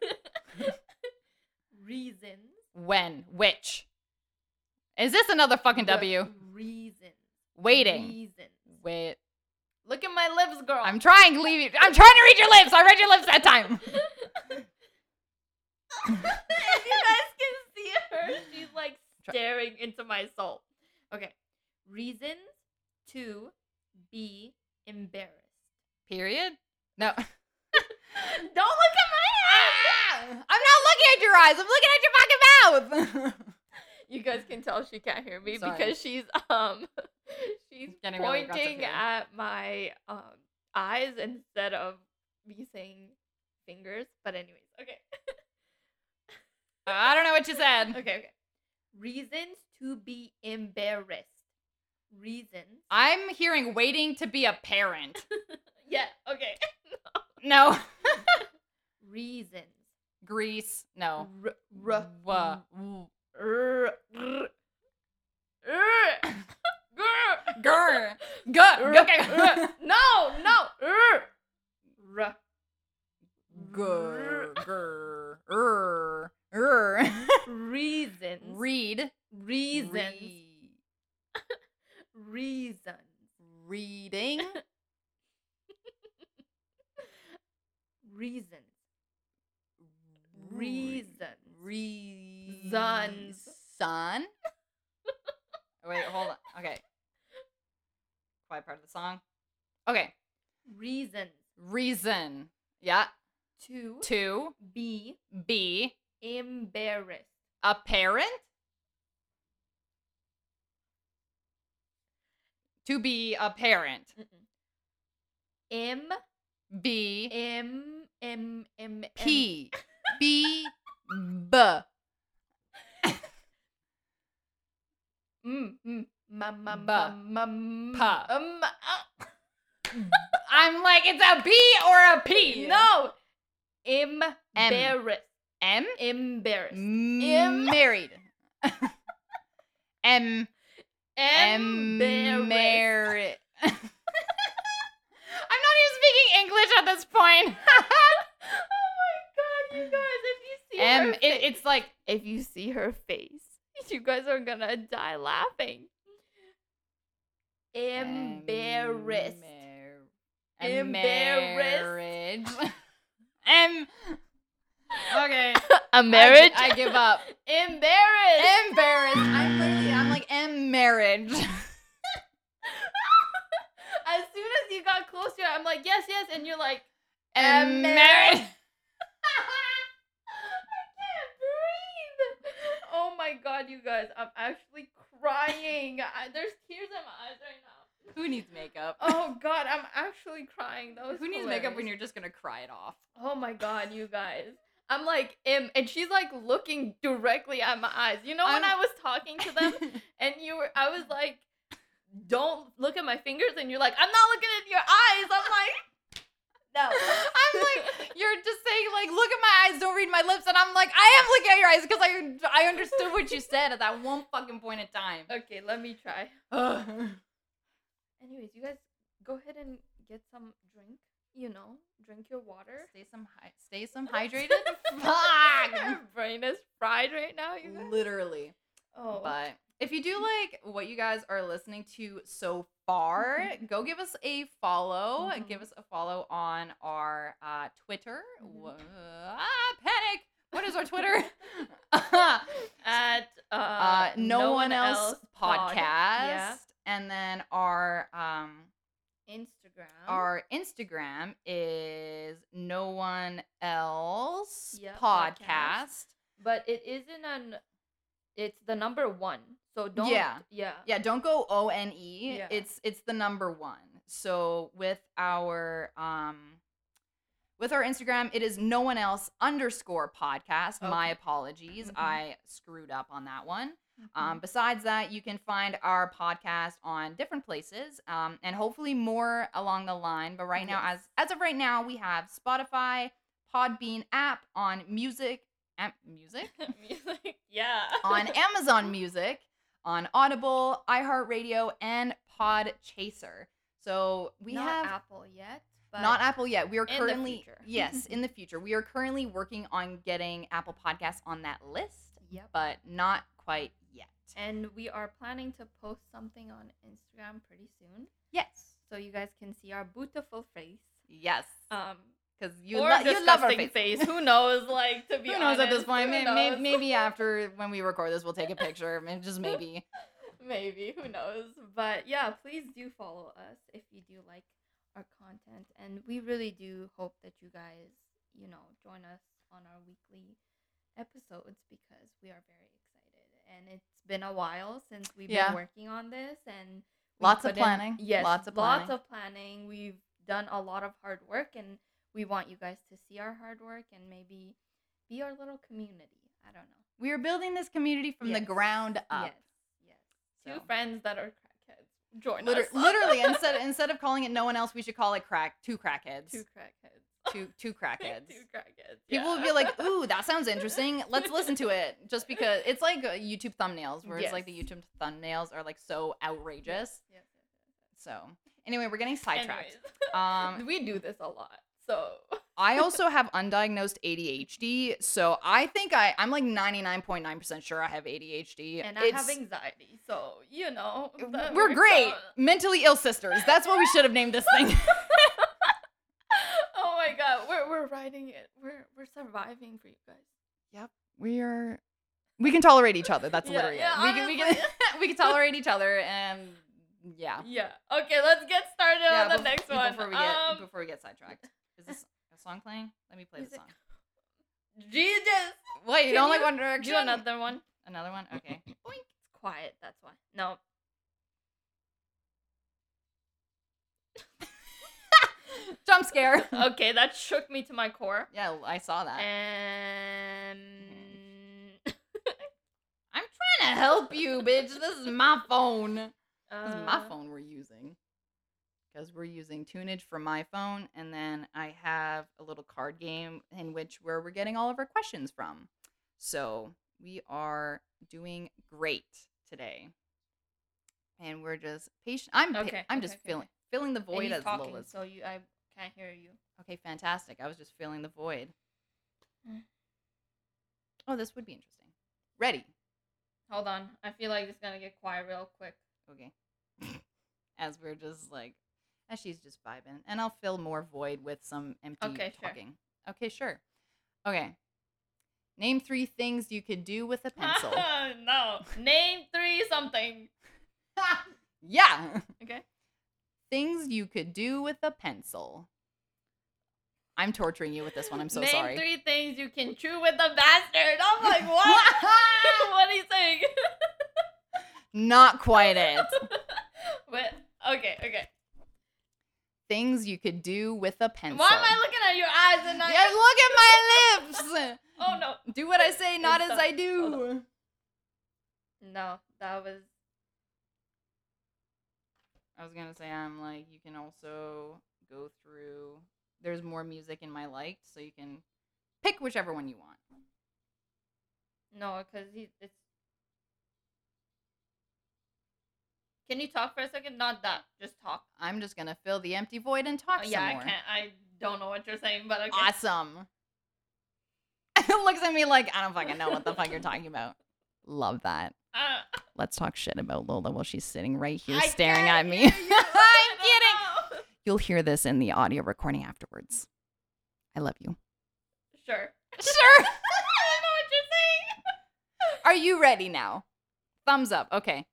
Speaker 1: Reasons.
Speaker 2: when? Which? Is this another fucking
Speaker 1: What
Speaker 2: W?
Speaker 1: Reasons.
Speaker 2: Waiting.
Speaker 1: Reasons.
Speaker 2: Wait.
Speaker 1: Look at my lips, girl.
Speaker 2: I'm trying to leave you. I'm trying to read your lips. I read your lips that time.
Speaker 1: if you guys can see her, she's like staring into my soul. Okay. Reasons to be embarrassed.
Speaker 2: Period? No.
Speaker 1: Don't look at my
Speaker 2: I'm
Speaker 1: hand!
Speaker 2: not looking at your eyes. I'm looking at your fucking mouth.
Speaker 1: You guys can tell she can't hear me
Speaker 2: Sorry.
Speaker 1: because she's um she's
Speaker 2: Getting really aggressive
Speaker 1: pointing
Speaker 2: here.
Speaker 1: at my um eyes instead of me saying fingers. But anyways, okay.
Speaker 2: I don't know what you said.
Speaker 1: Okay, okay. Reasons to be embarrassed. Reasons.
Speaker 2: I'm hearing waiting to be a parent.
Speaker 1: Yeah, okay.
Speaker 2: No.
Speaker 1: Reasons.
Speaker 2: Greece. No.
Speaker 1: R- r-
Speaker 2: Oh.
Speaker 1: mm.
Speaker 2: Wha-
Speaker 1: r- r- r- grr.
Speaker 2: Grr. Grr. Okay.
Speaker 1: R- No, no. r- r-
Speaker 2: Grr. Grr. Grr. Grr.
Speaker 1: Reasons.
Speaker 2: Read.
Speaker 1: Reasons.
Speaker 2: Re-
Speaker 1: Reasons.
Speaker 2: Reading.
Speaker 1: Reasons. Reasons.
Speaker 2: Reason.
Speaker 1: Zons.
Speaker 2: Sun. Wait, hold on. Okay. Quiet part of the song. Okay.
Speaker 1: Reasons
Speaker 2: Reason. Yeah.
Speaker 1: to
Speaker 2: To
Speaker 1: be
Speaker 2: be
Speaker 1: embarrassed.
Speaker 2: a parent. To be a parent.
Speaker 1: M
Speaker 2: B
Speaker 1: M M M M.
Speaker 2: P B B.
Speaker 1: Mm, mm, ma, ma, ma,
Speaker 2: Ba.
Speaker 1: ma, ma,
Speaker 2: Pa.
Speaker 1: um, ah,
Speaker 2: I'm like it's a B or a P.
Speaker 1: no, embarrassed,
Speaker 2: M.
Speaker 1: embarrassed, M.
Speaker 2: M. Married. M. M.
Speaker 1: embarrassed.
Speaker 2: Married. I'm not even speaking English at this point.
Speaker 1: Oh my god, you guys! If you see
Speaker 2: M.
Speaker 1: her,
Speaker 2: It, it's like
Speaker 1: if you see her face, you guys are gonna die laughing. Embarrassed. Embarrassed.
Speaker 2: Embarrassed. M. Okay.
Speaker 1: A
Speaker 2: Marriage. I, give up.
Speaker 1: embarrassed.
Speaker 2: Embarrassed. I'm literally. I'm like M. Marriage.
Speaker 1: as soon as you got close to it, I'm like, yes, yes, and you're like,
Speaker 2: M. Marriage.
Speaker 1: I can't breathe. Oh my god, you guys, I'm actually crying. I, there's tears in my eyes right now.
Speaker 2: Who needs makeup?
Speaker 1: Oh god, I'm actually crying. That was
Speaker 2: Who needs makeup when
Speaker 1: hilarious.
Speaker 2: you're just gonna cry it off?
Speaker 1: Oh my god, you guys. I'm like, Im, and she's like looking directly at my eyes. You know when I
Speaker 2: I'm-
Speaker 1: was talking to them and you were, I was like, don't look at my fingers, and you're like, I'm not looking at your eyes. I'm like, no.
Speaker 2: I'm like, you're like, look at my eyes, don't read my lips. And I'm like, I am looking at your eyes because I, I understood what you said at that one fucking point in time.
Speaker 1: Okay, let me try.
Speaker 2: Ugh.
Speaker 1: Anyways, you guys go ahead and get some drink. You know, drink your water.
Speaker 2: Stay some hy- stay some hydrated. Fuck.
Speaker 1: Your brain is fried right now, you guys.
Speaker 2: Literally.
Speaker 1: Oh,
Speaker 2: But if you do like what you guys are listening to so far, go give us a follow.
Speaker 1: Mhm.
Speaker 2: Give us a follow on our uh, Twitter.
Speaker 1: Mhm.
Speaker 2: Wha- ah, panic! What is our Twitter?
Speaker 1: at uh,
Speaker 2: uh, no, one, else, podcast.
Speaker 1: pod. Yeah.
Speaker 2: And then our um,
Speaker 1: Instagram.
Speaker 2: our Instagram is no one else
Speaker 1: Yeah, podcast.
Speaker 2: podcast.
Speaker 1: but it isn't an. It's the number one. So don't.
Speaker 2: Yeah.
Speaker 1: Yeah.
Speaker 2: Yeah, don't go O N E.
Speaker 1: Yeah.
Speaker 2: It's it's the number one. So with our um with our Instagram, it is no one else underscore podcast.
Speaker 1: Okay.
Speaker 2: My
Speaker 1: Mm-hmm.
Speaker 2: apologies.
Speaker 1: Mhm.
Speaker 2: I screwed up on that one. Um, besides that, you can find our podcast on different places, um, and hopefully more along the line. But right now, as
Speaker 1: Yes.
Speaker 2: as of right now, we have Spotify, Podbean app on music, am- music
Speaker 1: Music. yeah.
Speaker 2: on Amazon Music, on Audible, iHeartRadio, and Podchaser. So we
Speaker 1: not
Speaker 2: have
Speaker 1: Apple yet. But
Speaker 2: not Apple yet. We are
Speaker 1: in the
Speaker 2: currently
Speaker 1: future.
Speaker 2: yes, in the future we are currently working on getting Apple Podcasts on that list,
Speaker 1: Yep.
Speaker 2: but not quite yet.
Speaker 1: And we are planning to post something on Instagram pretty soon,
Speaker 2: Yes,
Speaker 1: so you guys can see our beautiful face.
Speaker 2: yes,
Speaker 1: Um,
Speaker 2: because you
Speaker 1: or
Speaker 2: lo- you love our
Speaker 1: disgusting face. Who knows? Like to be
Speaker 2: Who knows at this
Speaker 1: honest,
Speaker 2: point?
Speaker 1: who
Speaker 2: May- may-
Speaker 1: knows?
Speaker 2: maybe after when we record this, we'll take a picture. and just maybe.
Speaker 1: maybe who knows but yeah please do follow us if you do like our content and we really do hope that you guys you know join us on our weekly episodes because we are very excited and it's been a while since we've
Speaker 2: Yeah.
Speaker 1: been working on this and we
Speaker 2: Lots of
Speaker 1: put in-
Speaker 2: planning.
Speaker 1: yes
Speaker 2: Lots of
Speaker 1: lots
Speaker 2: planning.
Speaker 1: of planning we've done a lot of hard work and we want you guys to see our hard work and maybe be our little community i don't know
Speaker 2: We are building this community from the
Speaker 1: Yes.
Speaker 2: ground up.
Speaker 1: Yes, yes. Two
Speaker 2: So.
Speaker 1: friends that are crackheads join
Speaker 2: Liter-
Speaker 1: us.
Speaker 2: literally, instead instead of calling it no one else, we should call it crack two crackheads.
Speaker 1: two
Speaker 2: Two
Speaker 1: crackheads.
Speaker 2: two, crackheads.
Speaker 1: two crackheads.
Speaker 2: People would be
Speaker 1: yeah.
Speaker 2: like, "Ooh, that sounds interesting. Let's listen to it." Just because it's like uh, YouTube thumbnails, where it's like the
Speaker 1: Yes.
Speaker 2: YouTube thumbnails are like so outrageous.
Speaker 1: Yes, yes, yes,
Speaker 2: So anyway, we're getting
Speaker 1: yes.
Speaker 2: sidetracked.
Speaker 1: Anyways,
Speaker 2: Um,
Speaker 1: we do this a lot, so
Speaker 2: I also have undiagnosed ADHD, so I think I I'm like 99.9% sure I have ADHD.
Speaker 1: and I have
Speaker 2: It's-
Speaker 1: anxiety, so you know that
Speaker 2: we're
Speaker 1: works
Speaker 2: great,
Speaker 1: out.
Speaker 2: mentally ill sisters. That's what we should have named this thing.
Speaker 1: Oh my god, we're we're riding it. We're we're surviving for you guys.
Speaker 2: we are we can tolerate each other that's
Speaker 1: Yeah,
Speaker 2: literally
Speaker 1: yeah,
Speaker 2: it we can, we, can, we can tolerate each other and yeah
Speaker 1: Yeah. Okay, let's get started
Speaker 2: yeah
Speaker 1: on the
Speaker 2: bef-
Speaker 1: next one.
Speaker 2: before we get
Speaker 1: Um,
Speaker 2: before we get sidetracked is this a song playing let me play
Speaker 1: Is
Speaker 2: the
Speaker 1: it-
Speaker 2: song
Speaker 1: Jesus,
Speaker 2: wait you
Speaker 1: Can
Speaker 2: don't like
Speaker 1: you
Speaker 2: one direction
Speaker 1: do another one.
Speaker 2: another one okay
Speaker 1: Boink. It's quiet, that's why. No.
Speaker 2: jump scare
Speaker 1: okay, that shook me to my core.
Speaker 2: yeah i saw that
Speaker 1: Um,
Speaker 2: i'm trying to help you bitch this is my phone this is my
Speaker 1: uh,
Speaker 2: phone we're using because we're using tunage from my phone and then i have a little card game in which where we're getting all of our questions from so we are doing great today and we're just patient i'm pa-
Speaker 1: Okay,
Speaker 2: i'm
Speaker 1: okay,
Speaker 2: just
Speaker 1: okay,
Speaker 2: filling filling the
Speaker 1: and
Speaker 2: void
Speaker 1: he's
Speaker 2: as
Speaker 1: talking,
Speaker 2: low as
Speaker 1: so you, I can't hear you.
Speaker 2: okay fantastic i was just filling the void
Speaker 1: Mm.
Speaker 2: oh this would be interesting ready
Speaker 1: Hold on, I feel like it's gonna get quiet real quick.
Speaker 2: okay as we're just like as she's just vibing and i'll fill more void with some empty
Speaker 1: Okay, sure.
Speaker 2: talking okay sure okay name three things you could do with a pencil
Speaker 1: no, name three something.
Speaker 2: yeah
Speaker 1: Okay.
Speaker 2: things you could do with a pencil i'm torturing you with this one i'm so
Speaker 1: name
Speaker 2: sorry
Speaker 1: three things you can chew with a bastard. I'm like, what? what are you saying?
Speaker 2: not quite it
Speaker 1: but okay, okay.
Speaker 2: things you could do with a pencil
Speaker 1: Why am I looking at your eyes and not?
Speaker 2: yeah, look at my lips
Speaker 1: Oh no,
Speaker 2: do what i say not
Speaker 1: It's
Speaker 2: as
Speaker 1: the-
Speaker 2: i do
Speaker 1: hold no, that was
Speaker 2: I was gonna say I'm like you can also go through. There's more music in my liked, so you can Pick whichever one you want.
Speaker 1: No, because he. It's... Can you talk for a second? Not that. Just talk.
Speaker 2: I'm just gonna fill the empty void and talk
Speaker 1: Oh,
Speaker 2: some
Speaker 1: yeah, I
Speaker 2: more.
Speaker 1: can't. I don't know what you're saying, but okay.
Speaker 2: Awesome. Looks at me like I don't fucking know what the fuck you're talking about. Love that.
Speaker 1: Uh,
Speaker 2: Let's talk shit about Lola while she's sitting right here
Speaker 1: I
Speaker 2: staring at
Speaker 1: can't
Speaker 2: me.
Speaker 1: hear
Speaker 2: I'm
Speaker 1: you. I
Speaker 2: kidding.
Speaker 1: don't know.
Speaker 2: You'll hear this in the audio recording afterwards. I love you.
Speaker 1: Sure.
Speaker 2: Sure.
Speaker 1: I don't know what you're saying.
Speaker 2: Are you ready now? Thumbs up. Okay.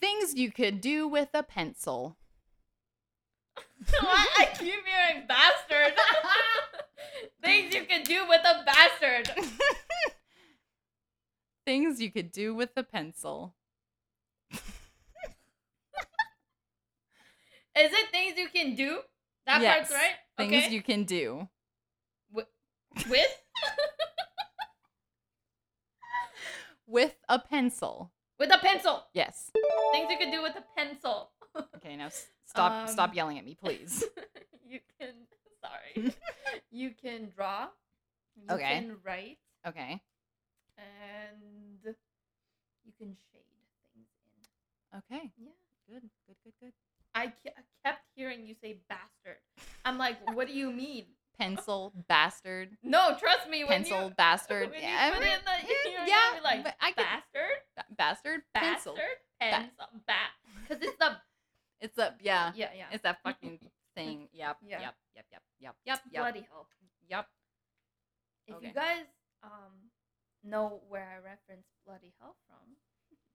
Speaker 2: Things you could do with a pencil.
Speaker 1: Why I keep hearing bastard. Things you can do with a bastard.
Speaker 2: Things you could do with a pencil.
Speaker 1: Is it things you can do? That
Speaker 2: Yes.
Speaker 1: part's right.
Speaker 2: Things
Speaker 1: okay.
Speaker 2: you can do.
Speaker 1: with
Speaker 2: With a pencil.
Speaker 1: with a pencil.
Speaker 2: Yes.
Speaker 1: Things you can do with a pencil.
Speaker 2: Okay, now s- stop
Speaker 1: Um.
Speaker 2: stop yelling at me, please.
Speaker 1: you can. Sorry. you can draw. You
Speaker 2: Okay.
Speaker 1: can write,
Speaker 2: Okay.
Speaker 1: and you can shade things in.
Speaker 2: Okay.
Speaker 1: Yeah.
Speaker 2: Good. Good, good, good.
Speaker 1: I, ke- I kept hearing you say bastard. I'm like, what do you mean?
Speaker 2: Pencil bastard.
Speaker 1: No, trust me. When
Speaker 2: pencil
Speaker 1: you,
Speaker 2: bastard.
Speaker 1: When you
Speaker 2: Yeah,
Speaker 1: put it
Speaker 2: I mean, eh,
Speaker 1: in the, you know,
Speaker 2: yeah,
Speaker 1: you're like
Speaker 2: but I could-
Speaker 1: bastard,
Speaker 2: ba- bastard pencil.
Speaker 1: bastard, pencil, bat. Because it's the
Speaker 2: It's a yeah.
Speaker 1: yeah, yeah.
Speaker 2: It's that fucking thing. Yep.
Speaker 1: Yeah.
Speaker 2: Yep. Yep. Yep. Yep. Yep. Yep.
Speaker 1: bloody hell.
Speaker 2: Yep.
Speaker 1: If
Speaker 2: Okay.
Speaker 1: you guys um know where I reference bloody hell from,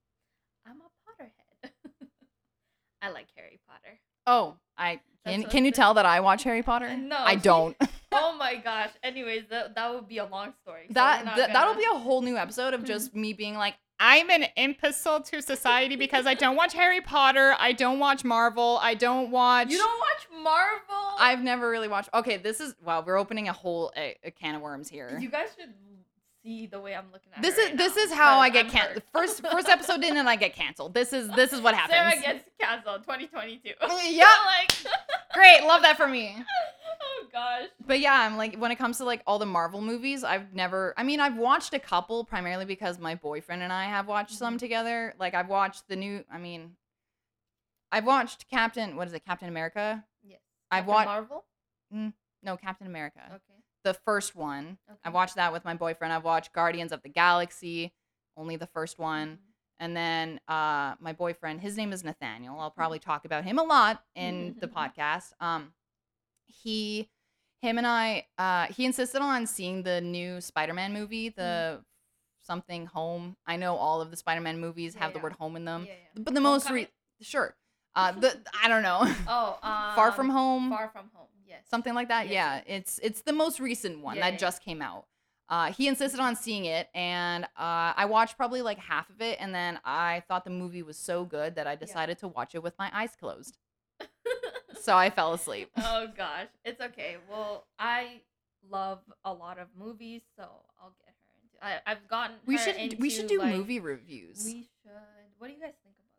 Speaker 1: I'm a Potterhead. I like Harry Potter.
Speaker 2: Oh, I can.
Speaker 1: That's
Speaker 2: Can you
Speaker 1: what-
Speaker 2: tell that I watch Harry Potter?
Speaker 1: No,
Speaker 2: I
Speaker 1: she-
Speaker 2: don't.
Speaker 1: oh my gosh. Anyways, that that would be a long story. so
Speaker 2: that
Speaker 1: we're not
Speaker 2: th- that'll
Speaker 1: gonna-
Speaker 2: be a whole new episode of just me being like, I'm an imbecile to society because I don't watch Harry Potter. I don't watch Marvel. I don't watch.
Speaker 1: You don't watch Marvel.
Speaker 2: I've never really watched. Okay, this is wow. We're opening a whole a, a can of worms here.
Speaker 1: You guys should see the way I'm looking at
Speaker 2: this
Speaker 1: her
Speaker 2: is
Speaker 1: right
Speaker 2: this
Speaker 1: now,
Speaker 2: is how I
Speaker 1: because
Speaker 2: get
Speaker 1: I'm
Speaker 2: canceled.
Speaker 1: hurt.
Speaker 2: First first episode in and I get canceled. This is this is what
Speaker 1: Sarah
Speaker 2: happens.
Speaker 1: gets canceled 2022.
Speaker 2: yep.
Speaker 1: like,
Speaker 2: Great. Love that for me.
Speaker 1: oh gosh.
Speaker 2: But yeah, I'm like when it comes to like all the Marvel movies, I've never I mean, I've watched a couple primarily because my boyfriend and I have watched some
Speaker 1: Mhm.
Speaker 2: together. Like I've watched the new I mean I've watched Captain what is it, Captain America?
Speaker 1: Yes.
Speaker 2: I've
Speaker 1: Captain
Speaker 2: watched
Speaker 1: Marvel.
Speaker 2: no Captain America.
Speaker 1: Okay.
Speaker 2: The first one.
Speaker 1: okay.
Speaker 2: I watched that with my boyfriend. I've watched Guardians of the Galaxy, only the first one.
Speaker 1: Mhm.
Speaker 2: And then uh, my boyfriend, his name is Nathaniel.
Speaker 1: Mm-hmm.
Speaker 2: I'll probably talk about him a lot in the podcast. Um, he, him and I, uh, he insisted on seeing the new Spider-Man movie,
Speaker 1: Mm.
Speaker 2: the something Home. I know all of the Spider-Man movies
Speaker 1: Yeah,
Speaker 2: have the
Speaker 1: yeah.
Speaker 2: word home in them,
Speaker 1: Mm-hmm. Yeah, yeah.
Speaker 2: but the most re-
Speaker 1: Homecoming?
Speaker 2: sure, uh, the I don't know,
Speaker 1: Oh, um,
Speaker 2: Far From Home,
Speaker 1: Far from home. Yes.
Speaker 2: something like that.
Speaker 1: Yes,
Speaker 2: Yeah, it's it's the most recent one
Speaker 1: Yeah,
Speaker 2: that
Speaker 1: yeah, yeah.
Speaker 2: just came out. Uh, he insisted on seeing it, and uh, I watched probably like half of it, and then I thought the movie was so good that I decided to watch it with my eyes closed. So I fell asleep.
Speaker 1: oh gosh, it's okay. Well, I love a lot of movies, so I'll get her into. I, I've gotten.
Speaker 2: We
Speaker 1: her
Speaker 2: should
Speaker 1: Into,
Speaker 2: we should do
Speaker 1: like-
Speaker 2: movie reviews.
Speaker 1: We should. What do you guys think about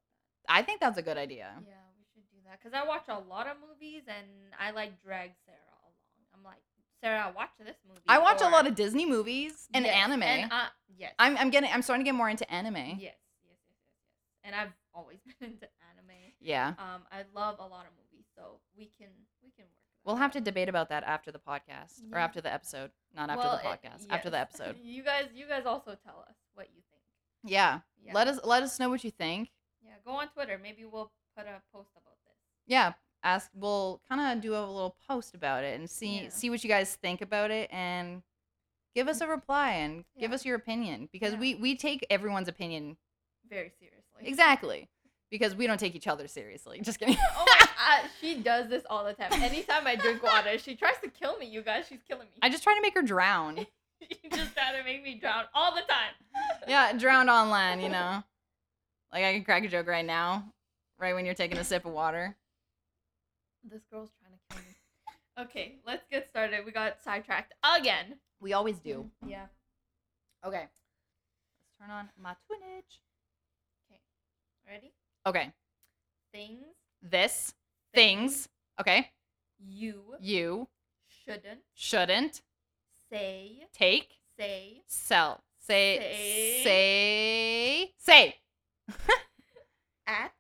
Speaker 1: that?
Speaker 2: I think that's a good idea.
Speaker 1: Yeah, we should do that because I watch a lot of movies and I like drag Sarah along. I'm like, Sarah, watch this movie.
Speaker 2: I watch a
Speaker 1: or-
Speaker 2: lot of Disney movies and
Speaker 1: Yes,
Speaker 2: anime.
Speaker 1: And, uh, yes,
Speaker 2: I'm I'm getting I'm starting to get more into anime.
Speaker 1: yes, yes, yes, yes, yes. And I've always been into anime.
Speaker 2: Yeah.
Speaker 1: Um, I love a lot of movies, so we can we can work. that
Speaker 2: We'll have to
Speaker 1: out.
Speaker 2: debate about that after the podcast or
Speaker 1: Yeah.
Speaker 2: after the episode, not after
Speaker 1: Well,
Speaker 2: the
Speaker 1: it-
Speaker 2: podcast, after the
Speaker 1: yes.
Speaker 2: episode.
Speaker 1: you guys, you guys also tell us what you think.
Speaker 2: Yeah.
Speaker 1: Yeah.
Speaker 2: Let us let us know what you think.
Speaker 1: Yeah, go on Twitter. Maybe we'll put a post about this.
Speaker 2: yeah ask we'll kind of do a little post about it and see
Speaker 1: Yeah.
Speaker 2: see what you guys think about it and give us a reply and give
Speaker 1: Yeah.
Speaker 2: us your opinion because
Speaker 1: Yeah.
Speaker 2: we we take everyone's opinion
Speaker 1: Very seriously.
Speaker 2: exactly because we don't take each other seriously just kidding
Speaker 1: oh my, uh, she does this all the time. Anytime I drink water, she tries to kill me. You guys, she's killing me.
Speaker 2: i just try to make her drown
Speaker 1: she just trying to make me drown all the time.
Speaker 2: yeah drowned online you know like i can crack a joke right now right when you're taking a sip of water
Speaker 1: This girl's trying to kill me. Okay, let's get started. We got sidetracked again.
Speaker 2: we always do
Speaker 1: Yeah.
Speaker 2: okay Mm. let's turn on my tunage
Speaker 1: Ready?
Speaker 2: okay
Speaker 1: Things
Speaker 2: this things okay
Speaker 1: you
Speaker 2: you
Speaker 1: shouldn't
Speaker 2: shouldn't
Speaker 1: say,
Speaker 2: Take,
Speaker 1: say,
Speaker 2: sell, say,
Speaker 1: Say.
Speaker 2: say, say.
Speaker 1: at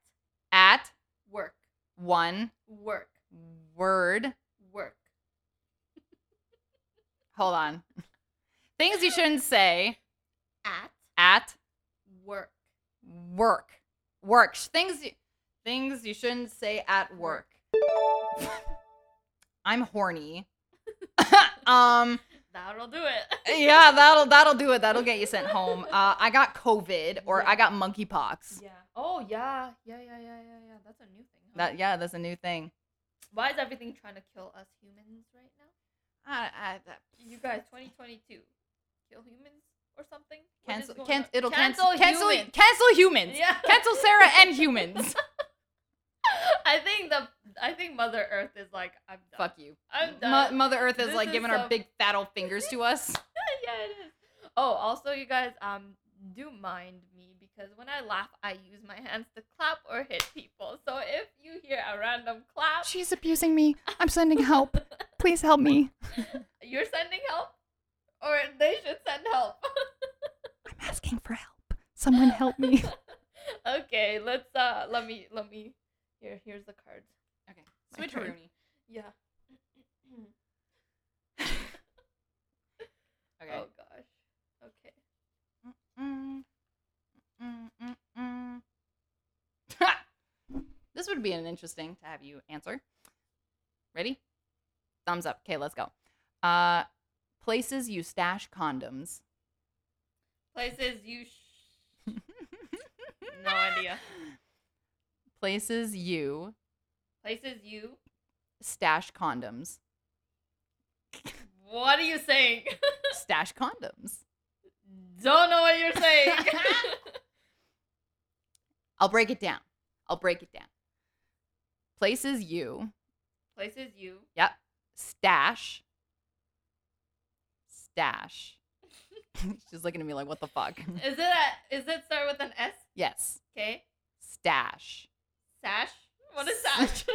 Speaker 2: At
Speaker 1: work,
Speaker 2: one
Speaker 1: work,
Speaker 2: word.
Speaker 1: work.
Speaker 2: Hold on. Things you shouldn't say
Speaker 1: At
Speaker 2: at
Speaker 1: work,
Speaker 2: work. Work. Sh- Things you, things you shouldn't say at work. I'm horny. um
Speaker 1: that'll do it.
Speaker 2: yeah, that'll that'll do it. That'll get you sent home. Uh, I got COVID or I got monkeypox.
Speaker 1: Yeah. Oh yeah, yeah, yeah, yeah, yeah, yeah. That's a new thing. huh?
Speaker 2: That yeah, that's a new thing.
Speaker 1: Why is everything trying to kill us humans right now?
Speaker 2: I, I, that,
Speaker 1: You guys, 2022, kill humans or something? What is
Speaker 2: cancel,
Speaker 1: going
Speaker 2: can,
Speaker 1: on?
Speaker 2: it'll cancel cancel
Speaker 1: humans.
Speaker 2: cancel humans.
Speaker 1: Yeah.
Speaker 2: Cancel Sarah and humans.
Speaker 1: I think the I think Mother Earth is like I'm done.
Speaker 2: Fuck you.
Speaker 1: I'm
Speaker 2: Mo-
Speaker 1: done.
Speaker 2: Mother Earth is
Speaker 1: This
Speaker 2: like
Speaker 1: is
Speaker 2: giving our
Speaker 1: some-
Speaker 2: big fat old fingers to us.
Speaker 1: yeah, it is. Oh, also, you guys, um, do mind me because when I laugh, I use my hands to clap or hit people. So if you hear a random clap,
Speaker 3: She's abusing me. I'm sending help. Please help me.
Speaker 1: you're sending help, or they should send help.
Speaker 3: I'm asking for help. Someone help me.
Speaker 1: okay, let's uh, let me let me. Here, here's the card.
Speaker 2: Okay.
Speaker 1: My turn.
Speaker 2: Switcheroony.
Speaker 1: Yeah.
Speaker 2: Okay.
Speaker 1: Oh gosh. Okay.
Speaker 2: Mm, mm, mm, mm. this would be an interesting to have you answer. Ready? Thumbs up. Okay, let's go. Uh, places you stash condoms.
Speaker 1: Places you. Sh- no idea.
Speaker 2: Places you
Speaker 1: Places you.
Speaker 2: stash condoms.
Speaker 1: What are you saying?
Speaker 2: Stash condoms.
Speaker 1: Don't know what you're saying.
Speaker 2: I'll break it down. I'll break it down. Places you
Speaker 1: Places you.
Speaker 2: stash. Stash. She's looking at me like, what the fuck?
Speaker 1: Is it a, is it start with an S?
Speaker 2: yes.
Speaker 1: Okay.
Speaker 2: Stash.
Speaker 1: Sash. What is sash?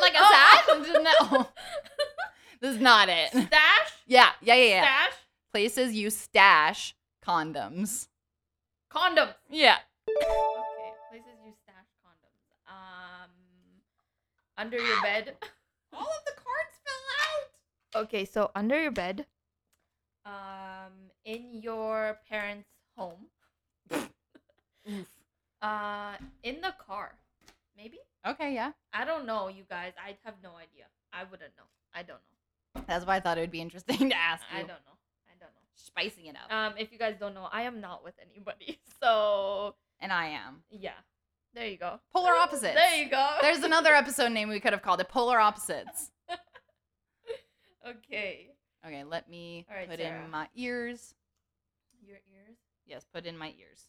Speaker 2: Like a
Speaker 1: Oh.
Speaker 2: sash? No. this is not it.
Speaker 1: Stash.
Speaker 2: Yeah, yeah, yeah, yeah.
Speaker 1: Stash.
Speaker 2: Places you stash condoms.
Speaker 1: Condom.
Speaker 2: Yeah.
Speaker 1: Okay. Places you stash condoms. Um. Under your bed.
Speaker 2: All of the cards fell
Speaker 1: Okay, so under your bed. Um, in your parents' home.
Speaker 2: out. Oof.
Speaker 1: Uh, in the car, maybe.
Speaker 2: Okay, yeah.
Speaker 1: I don't know, you guys. I have no idea. I wouldn't know. I don't know.
Speaker 2: That's why I thought it would be interesting to ask you.
Speaker 1: I don't know. I don't know.
Speaker 2: Spicing it up.
Speaker 1: Um, if you guys don't know, I am not with anybody. So
Speaker 2: and I am.
Speaker 1: yeah, there you go.
Speaker 2: Polar opposites.
Speaker 1: There you go.
Speaker 2: There's another episode name we could have called it Polar Opposites.
Speaker 1: okay.
Speaker 2: Okay, let me
Speaker 1: All right,
Speaker 2: put
Speaker 1: Sarah.
Speaker 2: in my ears.
Speaker 1: Your ears.
Speaker 2: Yes, put in my ears.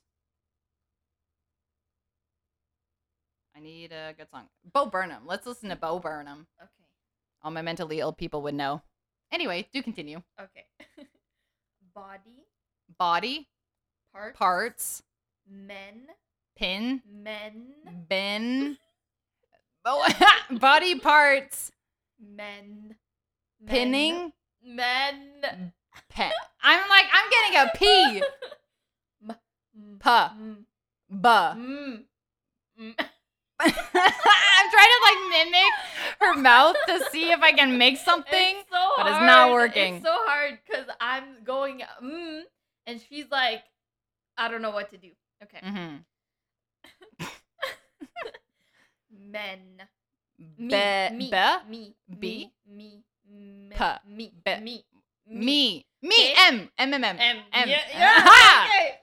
Speaker 2: I need a good song. Bo Burnham. Let's listen to Bo Burnham.
Speaker 1: Okay.
Speaker 2: All my mentally ill people would know. Anyway, do continue.
Speaker 1: Okay. Body
Speaker 2: Body,
Speaker 1: parts.
Speaker 2: parts,
Speaker 1: Men.
Speaker 2: pin,
Speaker 1: Men.
Speaker 2: bin, bo- body parts,
Speaker 1: Men. men,
Speaker 2: pinning,
Speaker 1: Men.
Speaker 2: pen. I'm like, I'm getting a P.
Speaker 1: Mm,
Speaker 2: Puh,
Speaker 1: mm,
Speaker 2: buh.
Speaker 1: mm.
Speaker 2: I'm trying to like mimic her mouth to see if I can make something.
Speaker 1: It's so
Speaker 2: but it's
Speaker 1: hard.
Speaker 2: not working.
Speaker 1: It's so hard because I'm going mm, and she's like, I don't know what to do. Okay,
Speaker 2: Mm-hmm.
Speaker 1: men, me,
Speaker 2: Be,
Speaker 1: me,
Speaker 2: be-
Speaker 1: me,
Speaker 2: be,
Speaker 1: me, me,
Speaker 2: pa,
Speaker 1: me,
Speaker 2: be-
Speaker 1: me,
Speaker 2: me,
Speaker 1: Okay.
Speaker 2: me, M, M, M, M.
Speaker 1: M,
Speaker 2: M.
Speaker 1: Yeah, yeah, okay.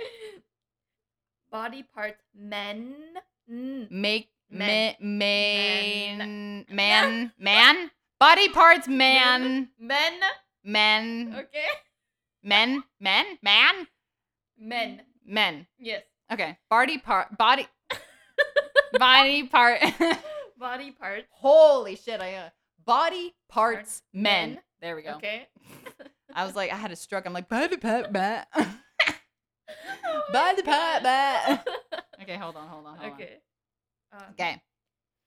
Speaker 1: Body parts, men, Mm. n,
Speaker 2: Make, ma-
Speaker 1: Men.
Speaker 2: man, man, man. Body parts, man,
Speaker 1: men.
Speaker 2: men,
Speaker 1: Okay,
Speaker 2: men, men, man, Mm.
Speaker 1: men.
Speaker 2: men.
Speaker 1: Yes,
Speaker 2: Okay, body part, body, body part.
Speaker 1: body parts.
Speaker 2: Holy shit! I uh, body parts,
Speaker 1: Parts,
Speaker 2: men.
Speaker 1: men.
Speaker 2: There we go.
Speaker 1: Okay.
Speaker 2: I was like, I had a stroke. I'm like, body part, bat.
Speaker 1: Oh
Speaker 2: body part, bat. Okay, hold on, hold on, hold
Speaker 1: okay. Um,
Speaker 2: on. Okay.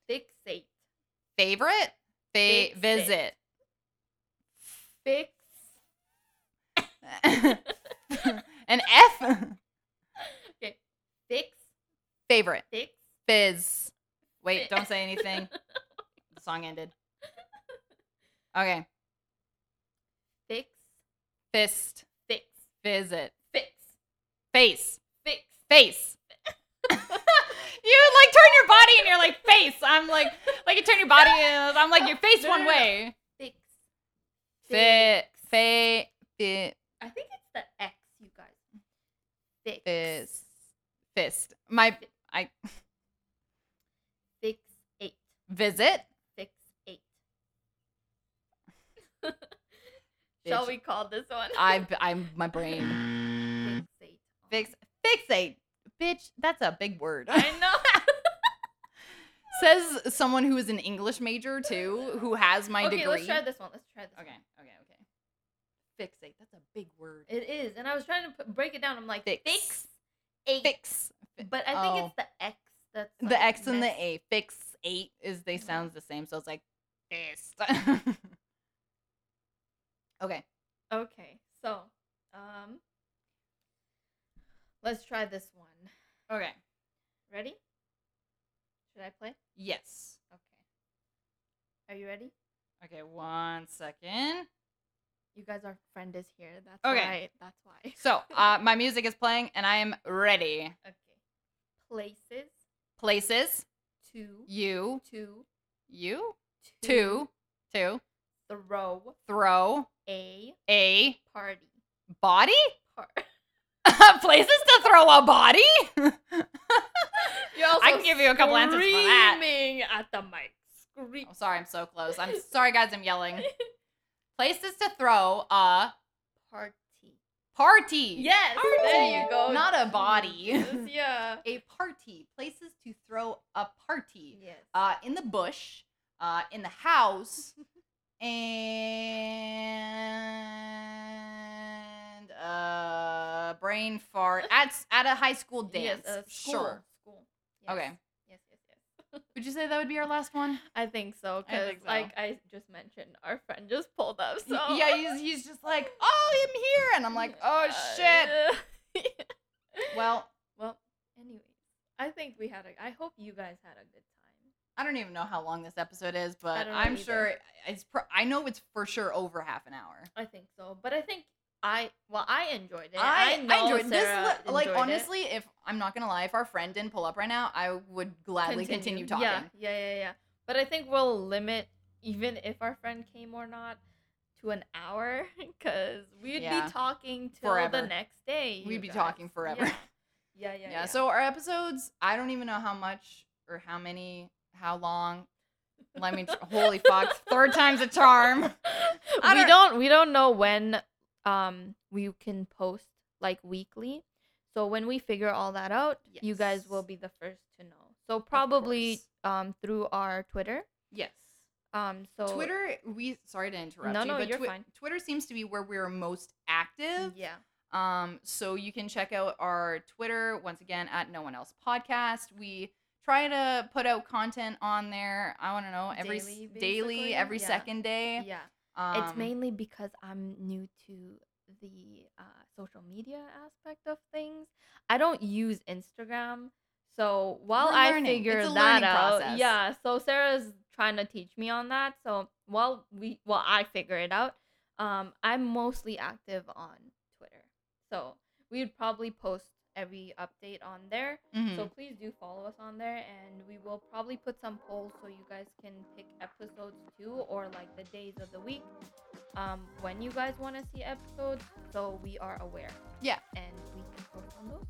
Speaker 1: Fixate.
Speaker 2: Favorite? Fa-
Speaker 1: Fix it.
Speaker 2: visit.
Speaker 1: Fix.
Speaker 2: An F.
Speaker 1: Okay. Fix.
Speaker 2: Favorite.
Speaker 1: Fix.
Speaker 2: Fizz. Wait, don't say anything. The song ended. Okay.
Speaker 1: Fix.
Speaker 2: Fist.
Speaker 1: Fix.
Speaker 2: Visit.
Speaker 1: Fix.
Speaker 2: Face.
Speaker 1: Fix.
Speaker 2: Face. you like turn your body and you're like face. I'm like like you turn your body and I'm like your face
Speaker 1: No,
Speaker 2: one
Speaker 1: no, no.
Speaker 2: way.
Speaker 1: Fix.
Speaker 2: Fit. Fa. Fit.
Speaker 1: I think it's the X, you guys. Fix.
Speaker 2: Fist. Fist. My I
Speaker 1: Fix eight.
Speaker 2: visit.
Speaker 1: Fix eight. Shall we call this one?
Speaker 2: I I'm my brain.
Speaker 1: Fix eight.
Speaker 2: Fix fixate. Bitch, that's a big word.
Speaker 1: I know.
Speaker 2: Says someone who is an English major too, who has my
Speaker 1: okay,
Speaker 2: degree.
Speaker 1: let's try this one. Let's try this.
Speaker 2: Okay, okay, okay. Fixate. That's a big word.
Speaker 1: One. It is, and I was trying to put, break it down. I'm like
Speaker 2: Fix.
Speaker 1: fix, eight,
Speaker 2: Fix.
Speaker 1: but I think
Speaker 2: Oh.
Speaker 1: it's the X. That's like,
Speaker 2: The X and the
Speaker 1: mess-
Speaker 2: A. Fix eight is they
Speaker 1: Mhm.
Speaker 2: sounds the same, so it's like fist. okay.
Speaker 1: Okay, so um, let's try this one.
Speaker 2: Okay.
Speaker 1: Ready? Should I play?
Speaker 2: Yes.
Speaker 1: Okay. Are you ready?
Speaker 2: Okay, one second.
Speaker 1: You guys, our friend is here. That's
Speaker 2: Okay.
Speaker 1: why. That's why.
Speaker 2: So uh, my music is playing and I am ready.
Speaker 1: Okay. Places
Speaker 2: Places.
Speaker 1: two,
Speaker 2: You.
Speaker 1: two,
Speaker 2: You. Two. Two.
Speaker 1: Throw
Speaker 2: Throw
Speaker 1: a
Speaker 2: a
Speaker 1: party.
Speaker 2: body?
Speaker 1: Par-
Speaker 2: Places to throw a body?
Speaker 1: You're also
Speaker 2: I can give you a couple answers for that.
Speaker 1: Screaming at the mic. Scream.
Speaker 2: I'm Oh, sorry, I'm so close. I'm sorry, guys, I'm yelling. Places to throw a
Speaker 1: Party.
Speaker 2: party.
Speaker 1: Yes. There
Speaker 2: Party.
Speaker 1: you go.
Speaker 2: Not a body.
Speaker 1: Jesus, yeah.
Speaker 2: A party. Places to throw a party.
Speaker 1: Yes.
Speaker 2: Uh, in the bush, uh, in the house, and uh, brain fart at s- at a high school
Speaker 1: Yes,
Speaker 2: dance.
Speaker 1: uh, school.
Speaker 2: Sure.
Speaker 1: School. Yes.
Speaker 2: Okay.
Speaker 1: Yes, yes, yes.
Speaker 2: Would you say that would be our last one?
Speaker 1: I think so
Speaker 2: I
Speaker 1: because,
Speaker 2: think so.
Speaker 1: like I just mentioned, our friend just pulled up. So
Speaker 2: Y- Yeah, he's, he's just like, oh, I'm here. And I'm like, oh, shit.
Speaker 1: shit.
Speaker 2: Well,
Speaker 1: well, anyways, I think we had a. I hope you guys had a good time.
Speaker 2: I don't even know how long this episode is,
Speaker 1: I
Speaker 2: but
Speaker 1: don't know
Speaker 2: I'm
Speaker 1: either.
Speaker 2: sure it's. Pro- I know it's for sure over half an hour.
Speaker 1: I think so, but I think I well, I enjoyed it.
Speaker 2: I, I,
Speaker 1: know
Speaker 2: enjoyed
Speaker 1: Sarah
Speaker 2: this. li- Like
Speaker 1: enjoyed it.
Speaker 2: honestly, if I'm not gonna lie, if our friend didn't pull up right now, I would gladly continue, talking.
Speaker 1: Yeah, yeah, yeah, yeah. But I think we'll limit even if our friend came or not to an hour because we'd
Speaker 2: Yeah.
Speaker 1: be talking till
Speaker 2: Forever.
Speaker 1: the next day. you
Speaker 2: We'd be
Speaker 1: guys.
Speaker 2: talking forever.
Speaker 1: Yeah. Yeah, yeah,
Speaker 2: Yeah,
Speaker 1: yeah.
Speaker 2: So our episodes, I don't even know how much or how many, how long. Let me. Tr- holy fuck! Third time's a charm. I
Speaker 1: we
Speaker 2: don't-
Speaker 1: don't we don't know when um we can post like weekly. So when we figure all that out, you guys will
Speaker 2: Yes.
Speaker 1: be the first to know. So probably
Speaker 2: course.
Speaker 1: um through our Twitter.
Speaker 2: Yes.
Speaker 1: Um so
Speaker 2: Twitter, we sorry to interrupt
Speaker 1: No,
Speaker 2: you,
Speaker 1: no,
Speaker 2: but
Speaker 1: you're
Speaker 2: Twi-
Speaker 1: fine.
Speaker 2: Twitter seems to be where we're most active.
Speaker 1: Yeah.
Speaker 2: Um, so you can check out our Twitter once again at No One Else Podcast. We try to put out content on there. I want to know every s-
Speaker 1: Daily,
Speaker 2: daily,
Speaker 1: basically,
Speaker 2: every
Speaker 1: yeah.
Speaker 2: second day.
Speaker 1: Yeah.
Speaker 2: Um,
Speaker 1: it's mainly because I'm new to the uh, social media aspect of things. I don't use Instagram, so while
Speaker 2: We're
Speaker 1: I
Speaker 2: learning.
Speaker 1: figure
Speaker 2: It's a
Speaker 1: that
Speaker 2: learning
Speaker 1: out,
Speaker 2: process.
Speaker 1: yeah. So Sarah's trying to teach me on that. So while we, while I figure it out, um, I'm mostly active on Twitter. So we would probably post every update on there.
Speaker 2: mhm.
Speaker 1: So please do follow us on there, and we will probably put some polls so you guys can pick episodes too, or like the days of the week, um, when you guys want to see episodes, so we are aware.
Speaker 2: Yeah.
Speaker 1: and we can post on those.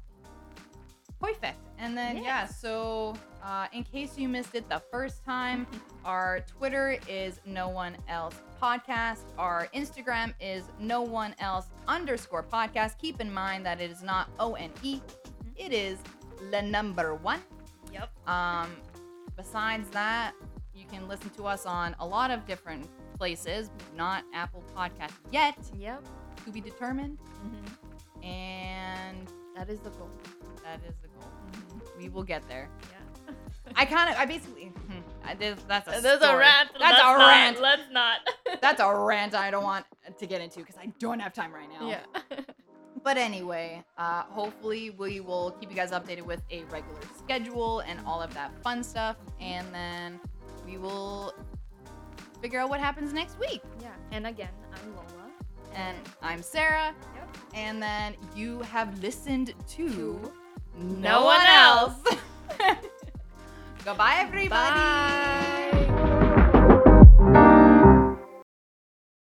Speaker 2: perfect. And then
Speaker 1: Yes.
Speaker 2: yeah, so uh, in case you missed it the first time, our Twitter is No One Else Podcast. Our Instagram is No One Else underscore podcast. Keep in mind that it is not O N E. It is the number one.
Speaker 1: Yep.
Speaker 2: Um, besides that, you can listen to us on a lot of different places, not Apple Podcast yet,
Speaker 1: Yep.
Speaker 2: to be determined.
Speaker 1: Mhm.
Speaker 2: And
Speaker 1: That is the goal.
Speaker 2: that is the goal. We will get there.
Speaker 1: Mm-hmm. Yeah.
Speaker 2: I kind of, I basically, hmm, I, this, that's a
Speaker 1: There's a
Speaker 2: story.
Speaker 1: rant.
Speaker 2: That's
Speaker 1: let's
Speaker 2: a
Speaker 1: not-
Speaker 2: rant.
Speaker 1: Let's not.
Speaker 2: That's a rant I don't want to get into because I don't have time right now.
Speaker 1: Yeah.
Speaker 2: But anyway, uh, hopefully we will keep you guys updated with a regular schedule and all of that fun stuff, and then we will figure out what happens next week.
Speaker 1: yeah. And again, I'm Lola.
Speaker 2: And I'm Sarah,
Speaker 1: Yep.
Speaker 2: and then you have listened to
Speaker 1: To
Speaker 2: no
Speaker 1: One
Speaker 2: Goodbye, everybody.
Speaker 1: Bye.